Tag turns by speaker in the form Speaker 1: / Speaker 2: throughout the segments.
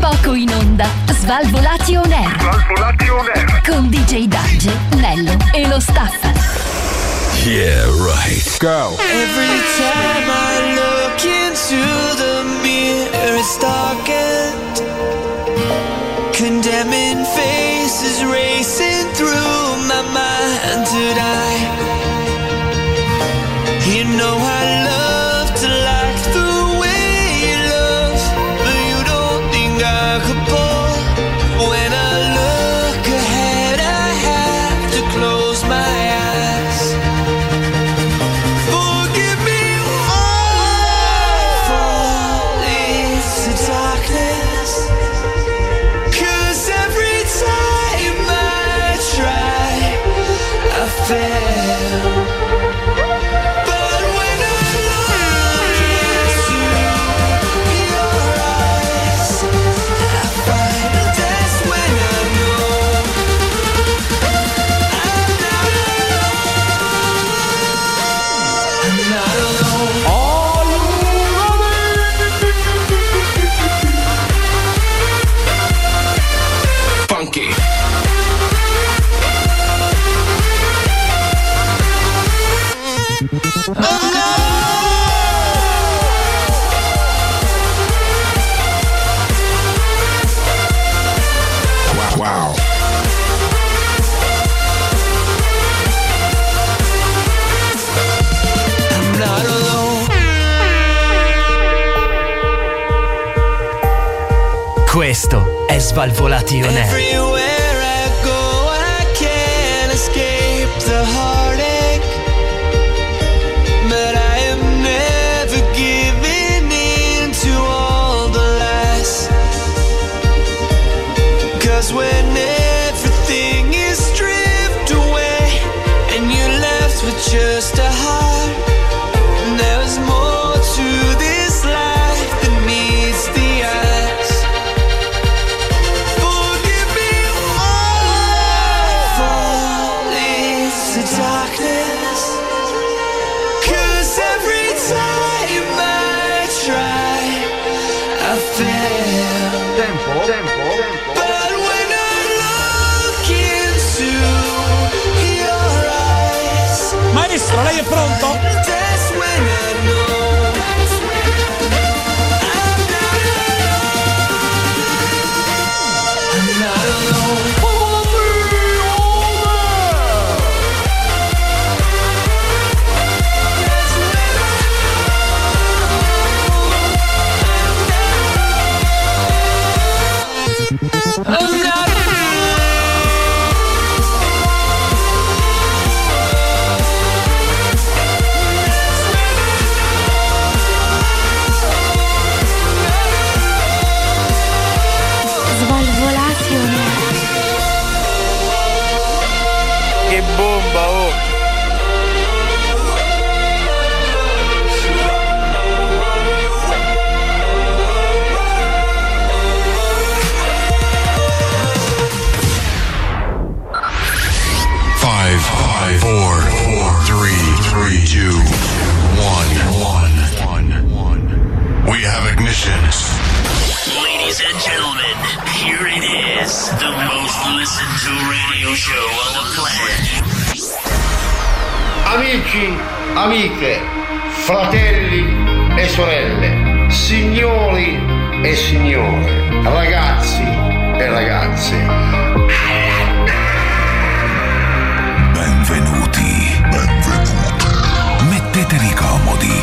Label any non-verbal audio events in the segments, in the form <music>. Speaker 1: Poco in onda, Svalvolati on air.
Speaker 2: Svalvolati on air.
Speaker 1: Con DJ Darge, Nello e lo staff.
Speaker 3: Yeah, right. Go.
Speaker 4: Every time I look into the mirror, it's darkened. Condemning faces racing through my mind. Did I? You know I love to like the way you love, but you don't think I could pull. When I look ahead, I have to close my eyes. Forgive me all into darkness. 'Cause every time I try, I fail. But when I look into your eyes, I find that's when I know. All
Speaker 5: Funky.
Speaker 3: Wow. wow.
Speaker 4: I'm not alone.
Speaker 6: Questo è Svalvolation Air.
Speaker 4: Everywhere I go, I can't escape the heartache. But I am never giving in to all the lies. Cause when everything is stripped away and you're left with just a heart, there's more to this life than meets the eyes. Forgive me all into darkness. 'Cause every time I try, I fail.
Speaker 2: Tempo, tempo, tempo.
Speaker 4: But when I look into your eyes,
Speaker 7: Maestro, lei è pronto?
Speaker 4: that's when I know. I'm not alone. I'm not alone. I'm not
Speaker 8: Svalvolati on air.
Speaker 9: Che bomba, oh!
Speaker 3: Five, five, four, four, three, three, two, one, one, one, one. We have ignition.
Speaker 10: Ladies and gentlemen, here it is, the most listened to radio show on the planet.
Speaker 2: Amici, amiche, fratelli e sorelle, signori e signore, ragazzi e ragazze.
Speaker 3: Benvenuti. Benvenuti. Mettetevi comodi.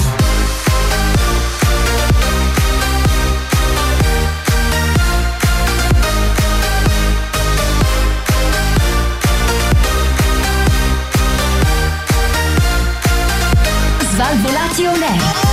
Speaker 1: Svalvolati on air.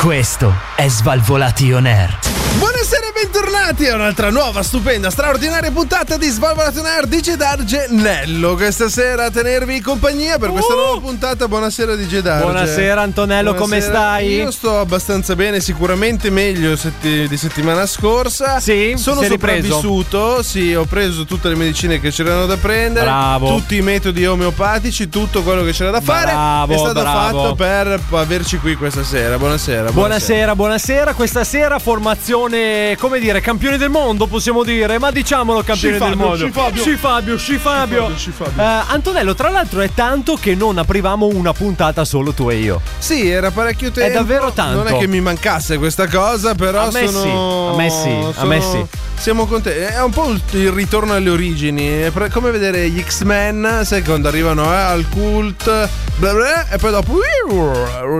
Speaker 6: Questo è Svalvolation Air.
Speaker 5: Buonasera e bentornati a un'altra nuova, stupenda, straordinaria puntata di Svalvolation Air di Gedar Gennello. Questa sera a tenervi compagnia per questa nuova puntata. Buonasera di Gedar.
Speaker 8: Uh! Buonasera, Antonello, come stai?
Speaker 5: Io sto abbastanza bene, sicuramente meglio setti- di settimana scorsa.
Speaker 8: Sì,
Speaker 5: sono
Speaker 8: sei ripreso?
Speaker 5: sopravvissuto. Sì, ho preso tutte le medicine che c'erano da prendere,
Speaker 8: Bravo.
Speaker 5: tutti i metodi omeopatici, tutto quello che c'era da fare.
Speaker 8: Bravo,
Speaker 5: è stato
Speaker 8: bravo.
Speaker 5: fatto per averci qui questa sera. Buonasera.
Speaker 8: Buonasera, buonasera. Questa sera formazione, come dire, campione del mondo, possiamo dire, ma diciamolo campione
Speaker 5: Sì, Fabio,
Speaker 8: del mondo.
Speaker 5: sì, Fabio.
Speaker 8: Sì, Fabio, sì, Fabio.
Speaker 5: Sì, Fabio, sì, Fabio.
Speaker 8: Eh, Antonello, tra l'altro è tanto che non aprivamo una puntata solo tu e io.
Speaker 5: Sì, era parecchio tempo.
Speaker 8: davvero tanto.
Speaker 5: Non è che mi mancasse questa cosa, però
Speaker 8: A me
Speaker 5: sono.
Speaker 8: sì, a me sì, a me sì.
Speaker 5: Siamo contenti. È un po' il- il ritorno alle origini. È pre- come vedere gli X-Men, sai, quando arrivano eh, al cult, bla bla, e poi dopo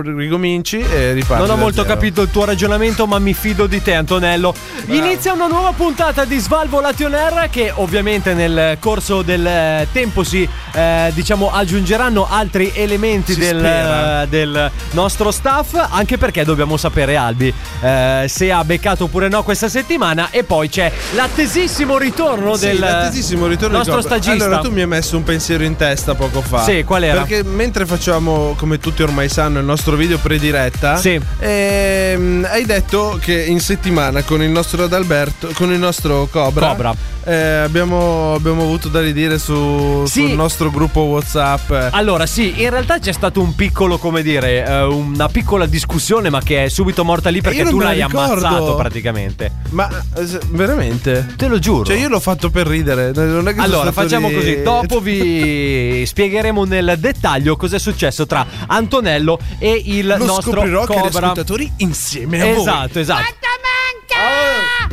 Speaker 5: ricominci e riparti.
Speaker 8: Non ho
Speaker 5: da
Speaker 8: molto
Speaker 5: zero.
Speaker 8: capito il tuo ragionamento, ma mi fido di te, Antonello. Inizia una nuova puntata di Svalvo Air che ovviamente nel corso del eh, tempo si eh, diciamo aggiungeranno altri elementi
Speaker 5: Si
Speaker 8: del,
Speaker 5: spera.
Speaker 8: eh, del nostro staff, anche perché dobbiamo sapere Albi eh, se ha beccato oppure no questa settimana e poi c'è l'attesissimo ritorno
Speaker 5: Sì,
Speaker 8: del
Speaker 5: l'attesissimo ritorno di
Speaker 8: nostro
Speaker 5: Cobra.
Speaker 8: stagista.
Speaker 5: Allora, tu mi hai messo un pensiero in testa poco fa.
Speaker 8: Sì, qual era?
Speaker 5: Perché mentre facciamo, come tutti ormai sanno, il nostro video prediretta,
Speaker 8: Sì.
Speaker 5: ehm, hai detto che in settimana con il nostro Adalberto, con il nostro Cobra,
Speaker 8: Cobra.
Speaker 5: eh, abbiamo, abbiamo avuto da ridire su,
Speaker 8: Sì. Ah.
Speaker 5: sul nostro gruppo WhatsApp.
Speaker 8: Allora, sì, in realtà c'è stato un piccolo, come dire, eh, una piccola discussione, ma che è subito morta lì perché
Speaker 5: io non
Speaker 8: tu
Speaker 5: me la
Speaker 8: l'hai
Speaker 5: ricordo.
Speaker 8: ammazzato praticamente.
Speaker 5: Ma eh, veramente?
Speaker 8: Te lo giuro.
Speaker 5: Cioè, io l'ho fatto per ridere. non è che sono
Speaker 8: Allora,
Speaker 5: stato
Speaker 8: facciamo
Speaker 5: lì-
Speaker 8: così.
Speaker 5: <laughs>
Speaker 8: Dopo vi spiegheremo nel dettaglio cosa è successo tra Antonello e il
Speaker 5: Lo
Speaker 8: nostro
Speaker 5: scoprirò con gli
Speaker 8: Cobra.
Speaker 5: ascoltatori insieme a voi.
Speaker 8: Esatto, esatto.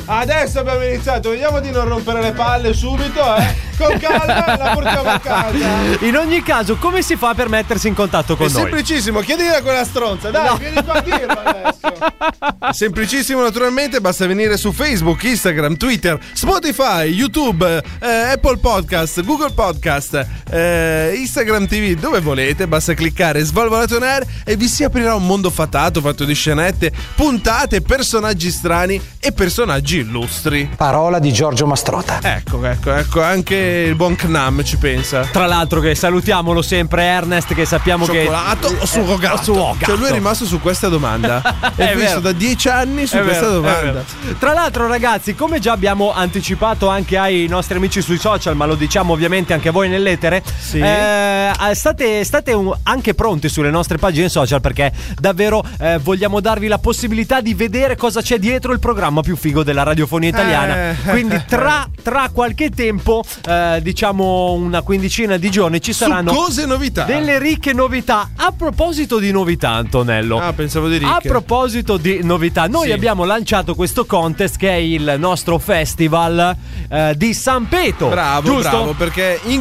Speaker 5: Ah, Adesso abbiamo iniziato, vediamo di non rompere le palle subito, eh. Con calma la portiamo a casa.
Speaker 8: In ogni caso, come si fa per mettersi in contatto con
Speaker 5: È
Speaker 8: noi?
Speaker 5: semplicissimo, chiedili a quella stronza, dai,
Speaker 8: No.
Speaker 5: vieni qua a dirlo adesso. <laughs> Semplicissimo naturalmente, basta venire su Facebook, Instagram, Twitter, Spotify, YouTube, eh, Apple Podcast, Google Podcast, eh, Instagram TV, dove volete, basta cliccare Svalvolato on Air e vi si aprirà un mondo fatato fatto di scenette, puntate, personaggi strani e personaggi illustri.
Speaker 11: Parola di Giorgio Mastrota.
Speaker 5: Ecco, ecco, ecco, anche il buon Knam ci pensa.
Speaker 8: Tra l'altro, che salutiamolo sempre, Ernest, che sappiamo
Speaker 5: Cioccolato
Speaker 8: che.
Speaker 5: o suo gatto?
Speaker 8: suo gatto.
Speaker 5: Cioè lui è rimasto su questa
Speaker 8: <laughs>
Speaker 5: domanda.
Speaker 8: È
Speaker 5: è visto
Speaker 8: vero.
Speaker 5: da dieci anni su
Speaker 8: È
Speaker 5: questa
Speaker 8: vero, è
Speaker 5: domanda.
Speaker 8: vero. Tra l'altro, ragazzi, come già abbiamo anticipato anche ai nostri amici sui social, ma lo diciamo ovviamente anche a voi nell'etere, eh, state, state un- anche pronti sulle nostre pagine social perché davvero eh, vogliamo darvi la possibilità di vedere cosa c'è dietro il programma più figo della radiofonia italiana.
Speaker 5: Eh. <laughs>
Speaker 8: Quindi, tra, tra qualche tempo, eh, diciamo una quindicina di giorni, ci saranno
Speaker 5: Succose novità.
Speaker 8: delle ricche novità. A proposito di novità, Antonello.
Speaker 5: Ah, pensavo di
Speaker 8: A
Speaker 5: ricche.
Speaker 8: proposito di novità, noi
Speaker 5: Sì.
Speaker 8: abbiamo lanciato questo contest che è il nostro festival eh, di San Peto.
Speaker 5: Bravo,
Speaker 8: giusto?
Speaker 5: bravo, perché in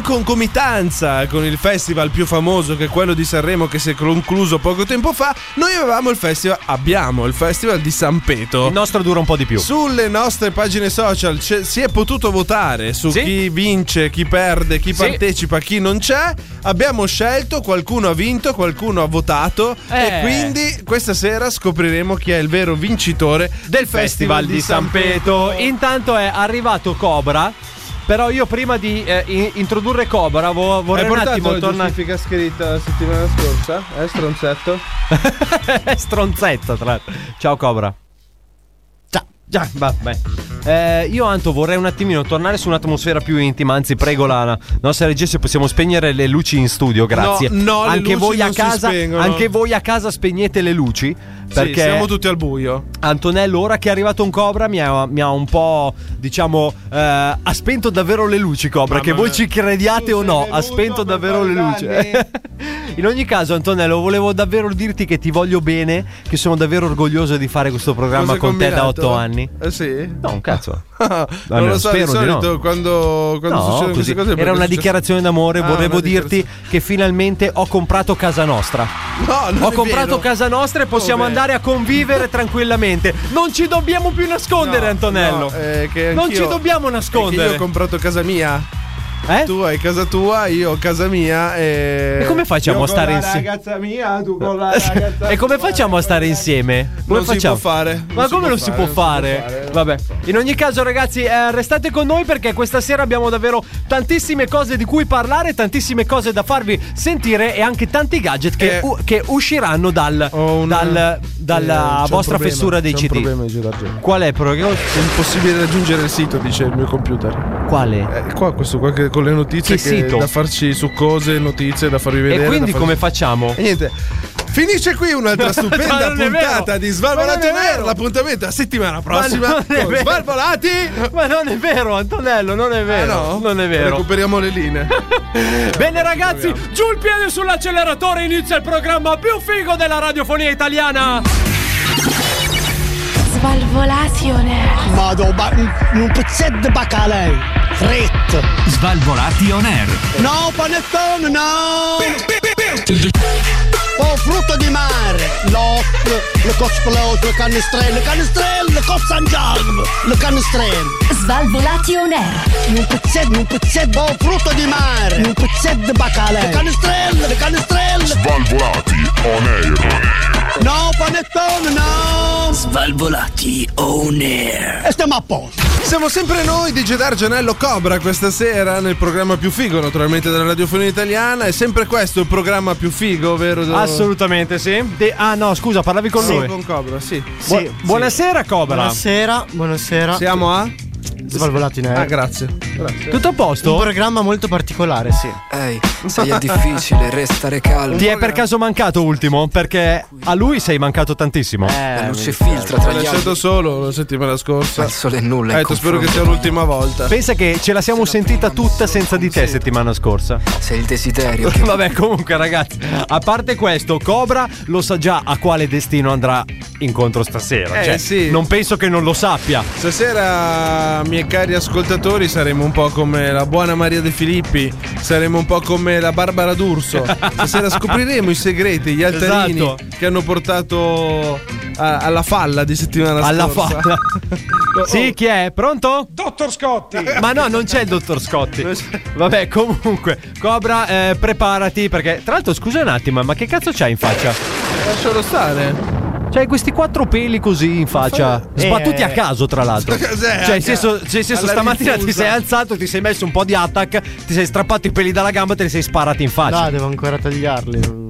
Speaker 5: concomitanza con il festival più famoso che è quello di Sanremo che si è concluso poco tempo fa, noi avevamo il festival, abbiamo il festival di San Peto.
Speaker 8: Il nostro dura un po' di più.
Speaker 5: Sulle nostre pagine social c'è- si è potuto votare su
Speaker 8: Sì.
Speaker 5: chi vince, chi perde, chi
Speaker 8: Sì.
Speaker 5: partecipa, chi non c'è. Abbiamo scelto, qualcuno ha vinto, qualcuno ha votato.
Speaker 8: Eh.
Speaker 5: E quindi questa sera scopriremo chi è il vero vincitore
Speaker 8: del Festival di San Peto. Intanto è arrivato Cobra. Però io prima di eh, in- introdurre Cobra vo- vorrei
Speaker 5: Hai
Speaker 8: un
Speaker 5: portato
Speaker 8: attimo
Speaker 5: la
Speaker 8: tornare.
Speaker 5: giustifica scritta la settimana scorsa? Eh, stronzetto?
Speaker 8: <laughs> Stronzetta, tra l'altro. Ciao Cobra. Ciao. Già, vabbè. Eh, io Anto vorrei un attimino tornare su un'atmosfera più intima, anzi prego la nostra regia se possiamo spegnere le luci in studio, grazie.
Speaker 5: No, no, le
Speaker 8: anche
Speaker 5: luci
Speaker 8: voi a
Speaker 5: non si
Speaker 8: casa,
Speaker 5: spengono.
Speaker 8: anche voi a casa spegnete le luci perché
Speaker 5: Sì, siamo tutti al buio.
Speaker 8: Antonello, ora che è arrivato un Cobra, mi ha, mi ha un po', diciamo, eh, ha spento davvero le luci, Cobra.
Speaker 5: Mamma
Speaker 8: che voi
Speaker 5: mia.
Speaker 8: ci
Speaker 5: Tu
Speaker 8: crediate o
Speaker 5: sei
Speaker 8: no,
Speaker 5: venuto
Speaker 8: ha spento
Speaker 5: per
Speaker 8: davvero le luci.
Speaker 5: fare
Speaker 8: <laughs> In ogni caso, Antonello, volevo davvero dirti che ti voglio bene, che sono davvero orgoglioso di fare questo programma
Speaker 5: Cosa
Speaker 8: con te da
Speaker 5: combinato?
Speaker 8: otto anni.
Speaker 5: Eh sì? <laughs>
Speaker 8: No, un cazzo.
Speaker 5: non
Speaker 8: Almeno
Speaker 5: lo so, di
Speaker 8: spero di
Speaker 5: solito
Speaker 8: no.
Speaker 5: quando, quando
Speaker 8: No,
Speaker 5: succedono
Speaker 8: così.
Speaker 5: queste cose...
Speaker 8: Era
Speaker 5: perché
Speaker 8: una
Speaker 5: successo-
Speaker 8: dichiarazione d'amore,
Speaker 5: Ah,
Speaker 8: volevo
Speaker 5: una
Speaker 8: dirti
Speaker 5: dichiarazione.
Speaker 8: che finalmente ho comprato casa nostra.
Speaker 5: No, non
Speaker 8: Ho
Speaker 5: è
Speaker 8: comprato
Speaker 5: vero.
Speaker 8: casa nostra e possiamo
Speaker 5: Come?
Speaker 8: andare
Speaker 5: <laughs>
Speaker 8: a convivere tranquillamente. Non ci dobbiamo più nascondere,
Speaker 5: No,
Speaker 8: Antonello.
Speaker 5: no, eh, che
Speaker 8: non
Speaker 5: anch'io-
Speaker 8: ci dobbiamo
Speaker 5: Perché Io
Speaker 8: nascondere. Eh?
Speaker 5: ho comprato casa mia. Tu hai casa tua, io ho casa mia. E,
Speaker 8: E come facciamo a stare insieme?
Speaker 5: Ragazza mia, tu con
Speaker 8: <laughs>
Speaker 5: la ragazza.
Speaker 8: E come facciamo a stare insieme? Come
Speaker 5: Non si
Speaker 8: facciamo?
Speaker 5: può fare.
Speaker 8: Ma
Speaker 5: Non si
Speaker 8: come
Speaker 5: può
Speaker 8: non si
Speaker 5: fare,
Speaker 8: può
Speaker 5: non si può
Speaker 8: fare? Vabbè. In ogni caso, ragazzi, eh, restate con noi perché questa sera abbiamo davvero tantissime cose di cui parlare, tantissime cose da farvi sentire e anche tanti gadget che,
Speaker 5: Eh.
Speaker 8: u- che usciranno dal- dal-
Speaker 5: Eh,
Speaker 8: dalla
Speaker 5: c'è un
Speaker 8: vostra
Speaker 5: problema,
Speaker 8: fessura dei
Speaker 5: c'è
Speaker 8: CD.
Speaker 5: Un problema di girargelo.
Speaker 8: Qual è? Però? È
Speaker 5: impossibile raggiungere il sito, dice il mio computer.
Speaker 8: Quale?
Speaker 5: Eh, qua questo qua che- con le notizie
Speaker 8: Che
Speaker 5: che
Speaker 8: sito?
Speaker 5: da farci succose, notizie da farvi vedere.
Speaker 8: E
Speaker 5: da
Speaker 8: quindi
Speaker 5: farci-
Speaker 8: come facciamo?
Speaker 5: E niente. Finisce qui
Speaker 8: <laughs>
Speaker 5: un'altra
Speaker 8: Ma
Speaker 5: stupenda
Speaker 8: non è vero.
Speaker 5: puntata di
Speaker 8: Ma
Speaker 5: Svalvolato
Speaker 8: non è
Speaker 5: in Air.
Speaker 8: vero.
Speaker 5: L'appuntamento è la settimana prossima.
Speaker 8: Ma non è
Speaker 5: con
Speaker 8: vero.
Speaker 5: Svalvolati!
Speaker 8: Ma non è vero, Antonello, non è vero.
Speaker 5: Ah, no?
Speaker 8: Non è vero.
Speaker 5: Recuperiamo le linee.
Speaker 8: Bene ragazzi, giù il piede sull'acceleratore inizia il programma più figo della radiofonia italiana.
Speaker 12: Svalvolazione. Vado, ba- un, un pezzetto di bacalè. Fritto.
Speaker 6: Svalvolati on air.
Speaker 12: No, panettone, no! Oh, frutto di mare! L'oc, le cosplot, le canestrelle, le canestrelle, le cozangiarm, le canestrelle. Svalvolati on air. Un pezzetto, un pezzetto, oh, frutto di mare! Un pezzetto di bacalè. Le canestrelle, le canestrelle.
Speaker 3: Svalvolati on air.
Speaker 12: No, panettone, no!
Speaker 9: Svalvolati on air.
Speaker 12: E stiamo a posto.
Speaker 5: Siamo sempre noi di Gedar Gianello Cobra questa sera nel programma più figo naturalmente della radiofonia italiana. È sempre questo il programma più figo, vero?
Speaker 8: Assolutamente sì. De- ah no, scusa, parlavi con
Speaker 5: Sì,
Speaker 8: lui.
Speaker 5: con Cobra, sì.
Speaker 8: Bu-
Speaker 5: Sì,
Speaker 8: Buonasera Cobra.
Speaker 13: Buonasera, buonasera.
Speaker 5: Siamo a?
Speaker 13: Svalvolati in aereo.
Speaker 5: Ah, grazie. grazie.
Speaker 8: Tutto a posto?
Speaker 13: Un programma molto particolare, sì.
Speaker 14: Ehi, sai è difficile restare calmo.
Speaker 8: Ti è per caso mancato ultimo? Perché a lui sei mancato tantissimo.
Speaker 5: Eh,
Speaker 13: Eh,
Speaker 14: La luce filtra tra
Speaker 5: L'ho
Speaker 14: gli
Speaker 5: lasciato
Speaker 14: altri.
Speaker 5: solo la settimana scorsa.
Speaker 14: Ma il sole è nulla.
Speaker 5: Eh,
Speaker 14: in
Speaker 5: tu spero
Speaker 14: confronto.
Speaker 5: che sia l'ultima volta.
Speaker 8: Pensa che ce la siamo sentita tutta senza di te settimana scorsa.
Speaker 14: Sei il desiderio.
Speaker 8: <laughs> Vabbè, comunque, ragazzi, a parte questo, Cobra lo sa già a quale destino andrà incontro stasera.
Speaker 5: Eh,
Speaker 8: Cioè,
Speaker 5: sì.
Speaker 8: Non penso che non lo sappia.
Speaker 5: Stasera, miei cari ascoltatori, saremo un po' come la buona Maria De Filippi, saremo un po' come la Barbara D'Urso. Cioè,
Speaker 8: <laughs>
Speaker 5: Stasera scopriremo i segreti, gli altarini
Speaker 8: Esatto.
Speaker 5: che hanno portato a- alla falla di settimana
Speaker 8: Alla
Speaker 5: scorsa.
Speaker 8: falla. <laughs> Oh. Sì, chi è? Pronto?
Speaker 7: Dottor Scotti!
Speaker 8: <laughs> Ma no, non c'è il dottor Scotti. Vabbè, comunque, Cobra, eh, preparati perché, tra l'altro, scusa un attimo, eh, ma che cazzo c'hai in faccia?
Speaker 5: Lascialo stare.
Speaker 8: C'hai questi quattro peli così in faccia,
Speaker 5: Eh.
Speaker 8: sbattuti a caso, tra l'altro.
Speaker 5: Cos'è?
Speaker 8: Cioè, nel senso,
Speaker 5: Alla
Speaker 8: nel senso, stamattina ti
Speaker 5: rinfusa.
Speaker 8: sei alzato, ti sei messo un po' di attack, ti sei strappato i peli dalla gamba e te li sei sparati in faccia.
Speaker 13: No, devo ancora tagliarli.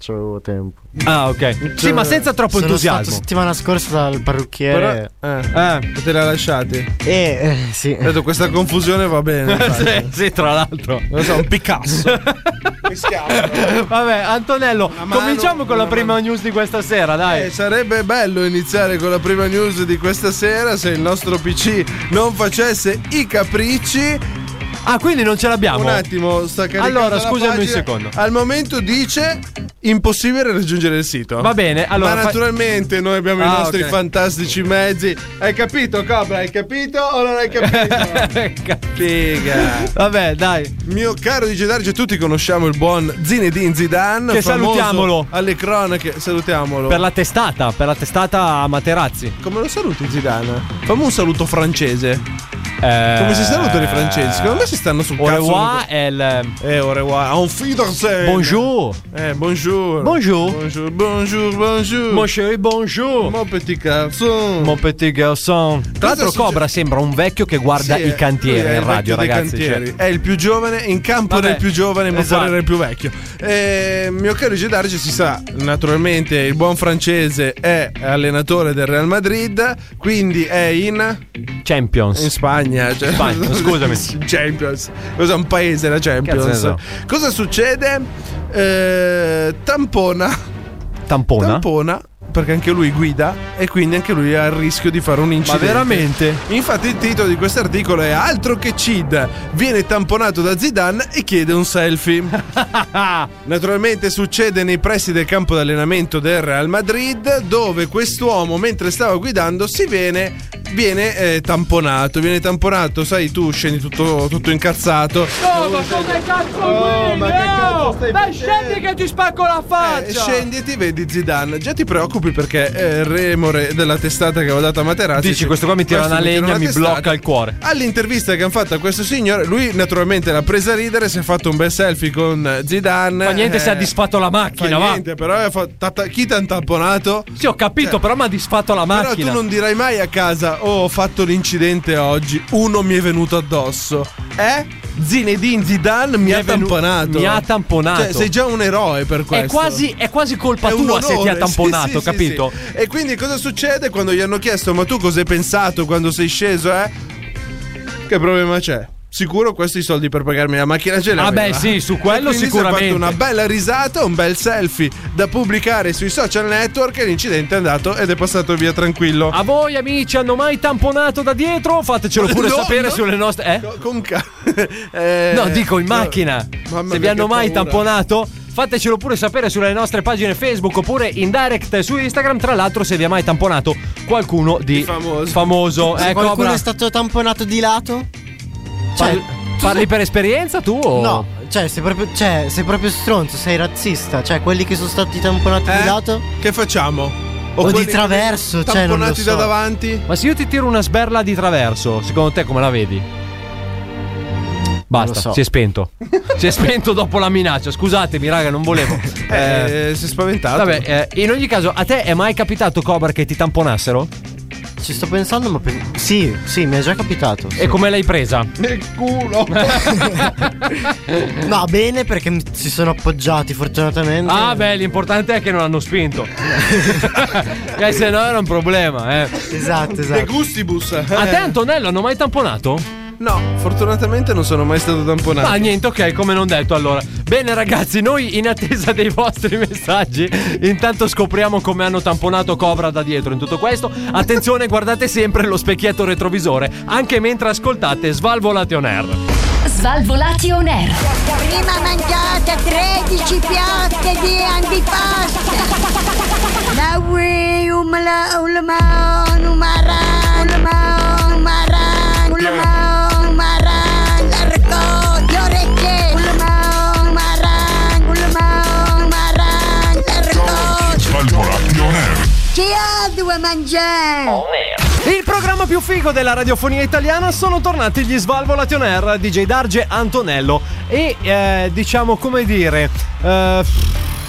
Speaker 13: Non c'avevo tempo.
Speaker 8: Ah, ok. Sì,
Speaker 13: Cioè,
Speaker 8: ma senza troppo
Speaker 13: sono
Speaker 8: entusiasmo.
Speaker 13: Stato settimana scorsa dal parrucchiere.
Speaker 5: Però, eh, Te la lasciate?
Speaker 13: Eh, eh, sì.
Speaker 5: Detto, questa confusione va
Speaker 13: <laughs>
Speaker 5: bene. infatti.
Speaker 8: sì, sì, tra l'altro.
Speaker 5: Non so, un Picasso.
Speaker 8: Vabbè, Antonello, cominciamo con la prima news di questa sera, dai.
Speaker 5: Eh, sarebbe bello iniziare con la prima news di questa sera se il nostro PC non facesse i capricci.
Speaker 8: Ah, quindi non ce l'abbiamo.
Speaker 5: Un attimo, sta caricando
Speaker 8: Allora,
Speaker 5: la
Speaker 8: scusami un
Speaker 5: pagina.
Speaker 8: secondo.
Speaker 5: Al momento dice impossibile raggiungere il sito.
Speaker 8: Va bene, allora
Speaker 5: Ma
Speaker 8: fa-
Speaker 5: naturalmente noi abbiamo i
Speaker 8: Ah,
Speaker 5: nostri
Speaker 8: ok.
Speaker 5: fantastici mezzi. Hai capito, Cobra? Hai capito o non hai
Speaker 8: <laughs>
Speaker 5: capito? Figa.
Speaker 8: Ecco. Vabbè, dai.
Speaker 5: Mio caro DJ Darge, tutti conosciamo il buon Zinedine Zidane.
Speaker 8: Che
Speaker 5: famoso
Speaker 8: salutiamolo.
Speaker 5: Alle cronache, salutiamolo.
Speaker 8: Per la testata, per la testata a Materazzi.
Speaker 5: Come lo saluti Zidane? Fammi un saluto francese.
Speaker 8: Come
Speaker 5: Come
Speaker 8: Eh.
Speaker 5: si salutano i francesi? Secondo me si stanno sul cazzo.
Speaker 8: Orewa è il.
Speaker 5: Eh, au revoir. Un fidanzese.
Speaker 8: Bonjour.
Speaker 5: Eh, bonjour.
Speaker 8: Bonjour.
Speaker 5: Bonjour, bonjour, bonjour.
Speaker 8: Mon chéri, bonjour.
Speaker 5: Mon petit garçon.
Speaker 8: Mon petit garçon. Tra l'altro,
Speaker 5: succede?
Speaker 8: Cobra sembra un vecchio che
Speaker 5: Sì,
Speaker 8: guarda
Speaker 5: eh,
Speaker 8: i
Speaker 5: lui è
Speaker 8: cantieri
Speaker 5: il
Speaker 8: in radio,
Speaker 5: vecchio dei
Speaker 8: ragazzi.
Speaker 5: cantieri.
Speaker 8: cioè.
Speaker 5: È il più giovane, in campo
Speaker 8: Vabbè.
Speaker 5: era il più giovane, ma
Speaker 8: Esatto.
Speaker 5: fuori era il più vecchio. Eh, mio caro Gedarge si sa, naturalmente il buon francese è allenatore del Real Madrid, quindi è in...
Speaker 8: Champions.
Speaker 5: In Spagna, cioè,
Speaker 8: Spagna, scusami.
Speaker 5: <laughs> Champions. Cos'è un paese la
Speaker 8: Cazzo esatto. ne
Speaker 5: Champions?
Speaker 8: so.
Speaker 5: Cosa succede? Eh, tampona.
Speaker 8: Tampona.
Speaker 5: Tampona perché anche lui guida e quindi anche lui ha il rischio di fare un incidente.
Speaker 8: veramente?
Speaker 5: Infatti il titolo di questo articolo è Altro che Cid viene tamponato da Zidane e chiede un selfie.
Speaker 8: <laughs>
Speaker 5: Naturalmente succede nei pressi del campo d'allenamento del Real Madrid dove quest'uomo mentre stava guidando si viene viene eh, tamponato. Viene tamponato, sai, tu scendi tutto, tutto incazzato.
Speaker 15: No, ma come cazzo guidi?
Speaker 5: ma che cazzo
Speaker 15: eh? Ma scendi che ti spacco la
Speaker 5: Eh,
Speaker 15: faccia!
Speaker 5: Scendi e ti vedi Zidane. Già ti preoccupi perché eh, il remore della testata che avevo dato a Materazzi.
Speaker 8: Dici, questo qua mi tira
Speaker 5: questo
Speaker 8: una
Speaker 5: tira
Speaker 8: legna, mi
Speaker 5: testata.
Speaker 8: blocca il cuore.
Speaker 5: All'intervista che hanno fatto a questo signore, lui naturalmente l'ha presa a ridere, si è fatto un bel selfie con Zidane.
Speaker 8: Ma niente, si è disfatto la macchina,
Speaker 5: fa
Speaker 8: va.
Speaker 5: Eh, niente, però ha fatto- tata- chi ti ha tamponato?
Speaker 8: Sì, ho capito, però mi ha disfatto la
Speaker 5: Però
Speaker 8: macchina.
Speaker 5: tu non dirai mai a casa, oh, ho fatto l'incidente oggi, uno mi è venuto addosso. Eh? Zinedine Zidane mi, ha tamponato.
Speaker 8: mi ha tamponato.
Speaker 5: Cioè, sei già un eroe per questo.
Speaker 8: È quasi, è quasi colpa
Speaker 5: È un
Speaker 8: tua se ti ha
Speaker 5: onore, <laughs>
Speaker 8: tamponato,
Speaker 5: sì, sì, sì,
Speaker 8: capito?
Speaker 5: sì. E quindi cosa succede quando gli hanno chiesto: Ma tu cosa hai pensato quando sei sceso? Eh? Che problema c'è? Sicuro questi soldi per pagarmi la macchina ce l'aveva.
Speaker 8: Ah, beh, sì, su
Speaker 5: E
Speaker 8: quello
Speaker 5: quindi si è
Speaker 8: sicuramente.
Speaker 5: fatto una bella risata, un bel selfie da pubblicare sui social network e l'incidente è andato ed è passato via tranquillo.
Speaker 8: A voi amici hanno mai tamponato da dietro? Fatecelo pure
Speaker 5: No,
Speaker 8: sapere
Speaker 5: no.
Speaker 8: sulle nostre... Eh?
Speaker 5: Con ca- <laughs>
Speaker 8: no, dico in macchina.
Speaker 5: Eh, mamma
Speaker 8: Se vi
Speaker 5: mia,
Speaker 8: hanno
Speaker 5: che
Speaker 8: mai
Speaker 5: paura.
Speaker 8: tamponato, fatecelo pure sapere sulle nostre pagine Facebook oppure in direct su Instagram. Tra l'altro, se vi ha mai tamponato qualcuno di famoso.
Speaker 13: Se
Speaker 8: Eh,
Speaker 13: Cioè, qualcuno
Speaker 8: Cobra,
Speaker 13: è stato tamponato di lato? Cioè,
Speaker 8: parli, parli per esperienza tu? O?
Speaker 13: No, cioè sei, proprio, cioè, sei proprio stronzo, sei razzista. Cioè, quelli che sono stati tamponati
Speaker 5: Eh?
Speaker 13: di lato.
Speaker 5: Che facciamo?
Speaker 13: O di
Speaker 5: quelli che-
Speaker 13: traverso, cioè, non lo
Speaker 5: Tamponati da
Speaker 13: so.
Speaker 5: davanti?
Speaker 8: Ma se io ti tiro una sberla di traverso, secondo te come la vedi? Basta,
Speaker 5: so.
Speaker 8: si è spento. si è spento dopo la minaccia. Scusatemi, raga, non volevo. Eh,
Speaker 5: Eh, si è spaventato.
Speaker 8: vabbè, eh, in ogni caso, a te è mai capitato, Cobra, che ti tamponassero?
Speaker 13: Ci sto pensando, ma. pe- Sì, sì, mi è già capitato. sì.
Speaker 8: E come l'hai presa?
Speaker 5: Nel culo.
Speaker 13: No, bene perché mi- si sono appoggiati, fortunatamente.
Speaker 8: Ah, beh, l'importante è che non hanno spinto. eh, se no era un problema, eh.
Speaker 13: Esatto,
Speaker 5: De gustibus.
Speaker 8: A te, Antonello, hanno mai tamponato?
Speaker 5: No, fortunatamente non sono mai stato tamponato.
Speaker 8: Ah, niente, ok, come non detto allora. Bene, ragazzi, noi in attesa dei vostri messaggi, intanto scopriamo come hanno tamponato Cobra da dietro in tutto questo. Attenzione, guardate sempre lo specchietto retrovisore, anche mentre ascoltate Svalvolate on Air.
Speaker 1: Svalvolati on air.
Speaker 16: Prima mangiate 13 piatte di antipasto. La um, ui, umla, ulma, numara, ulma, numara, ulma, numara, la recò, le orecchie, ulma, numara, ulma, numara, la recò.
Speaker 3: Svalvolati on air.
Speaker 16: Chi ha due mangiare?
Speaker 8: Il programma più figo della radiofonia italiana sono tornati gli Svalvolati on Air, DJ Darge Antonello e eh, diciamo come dire eh,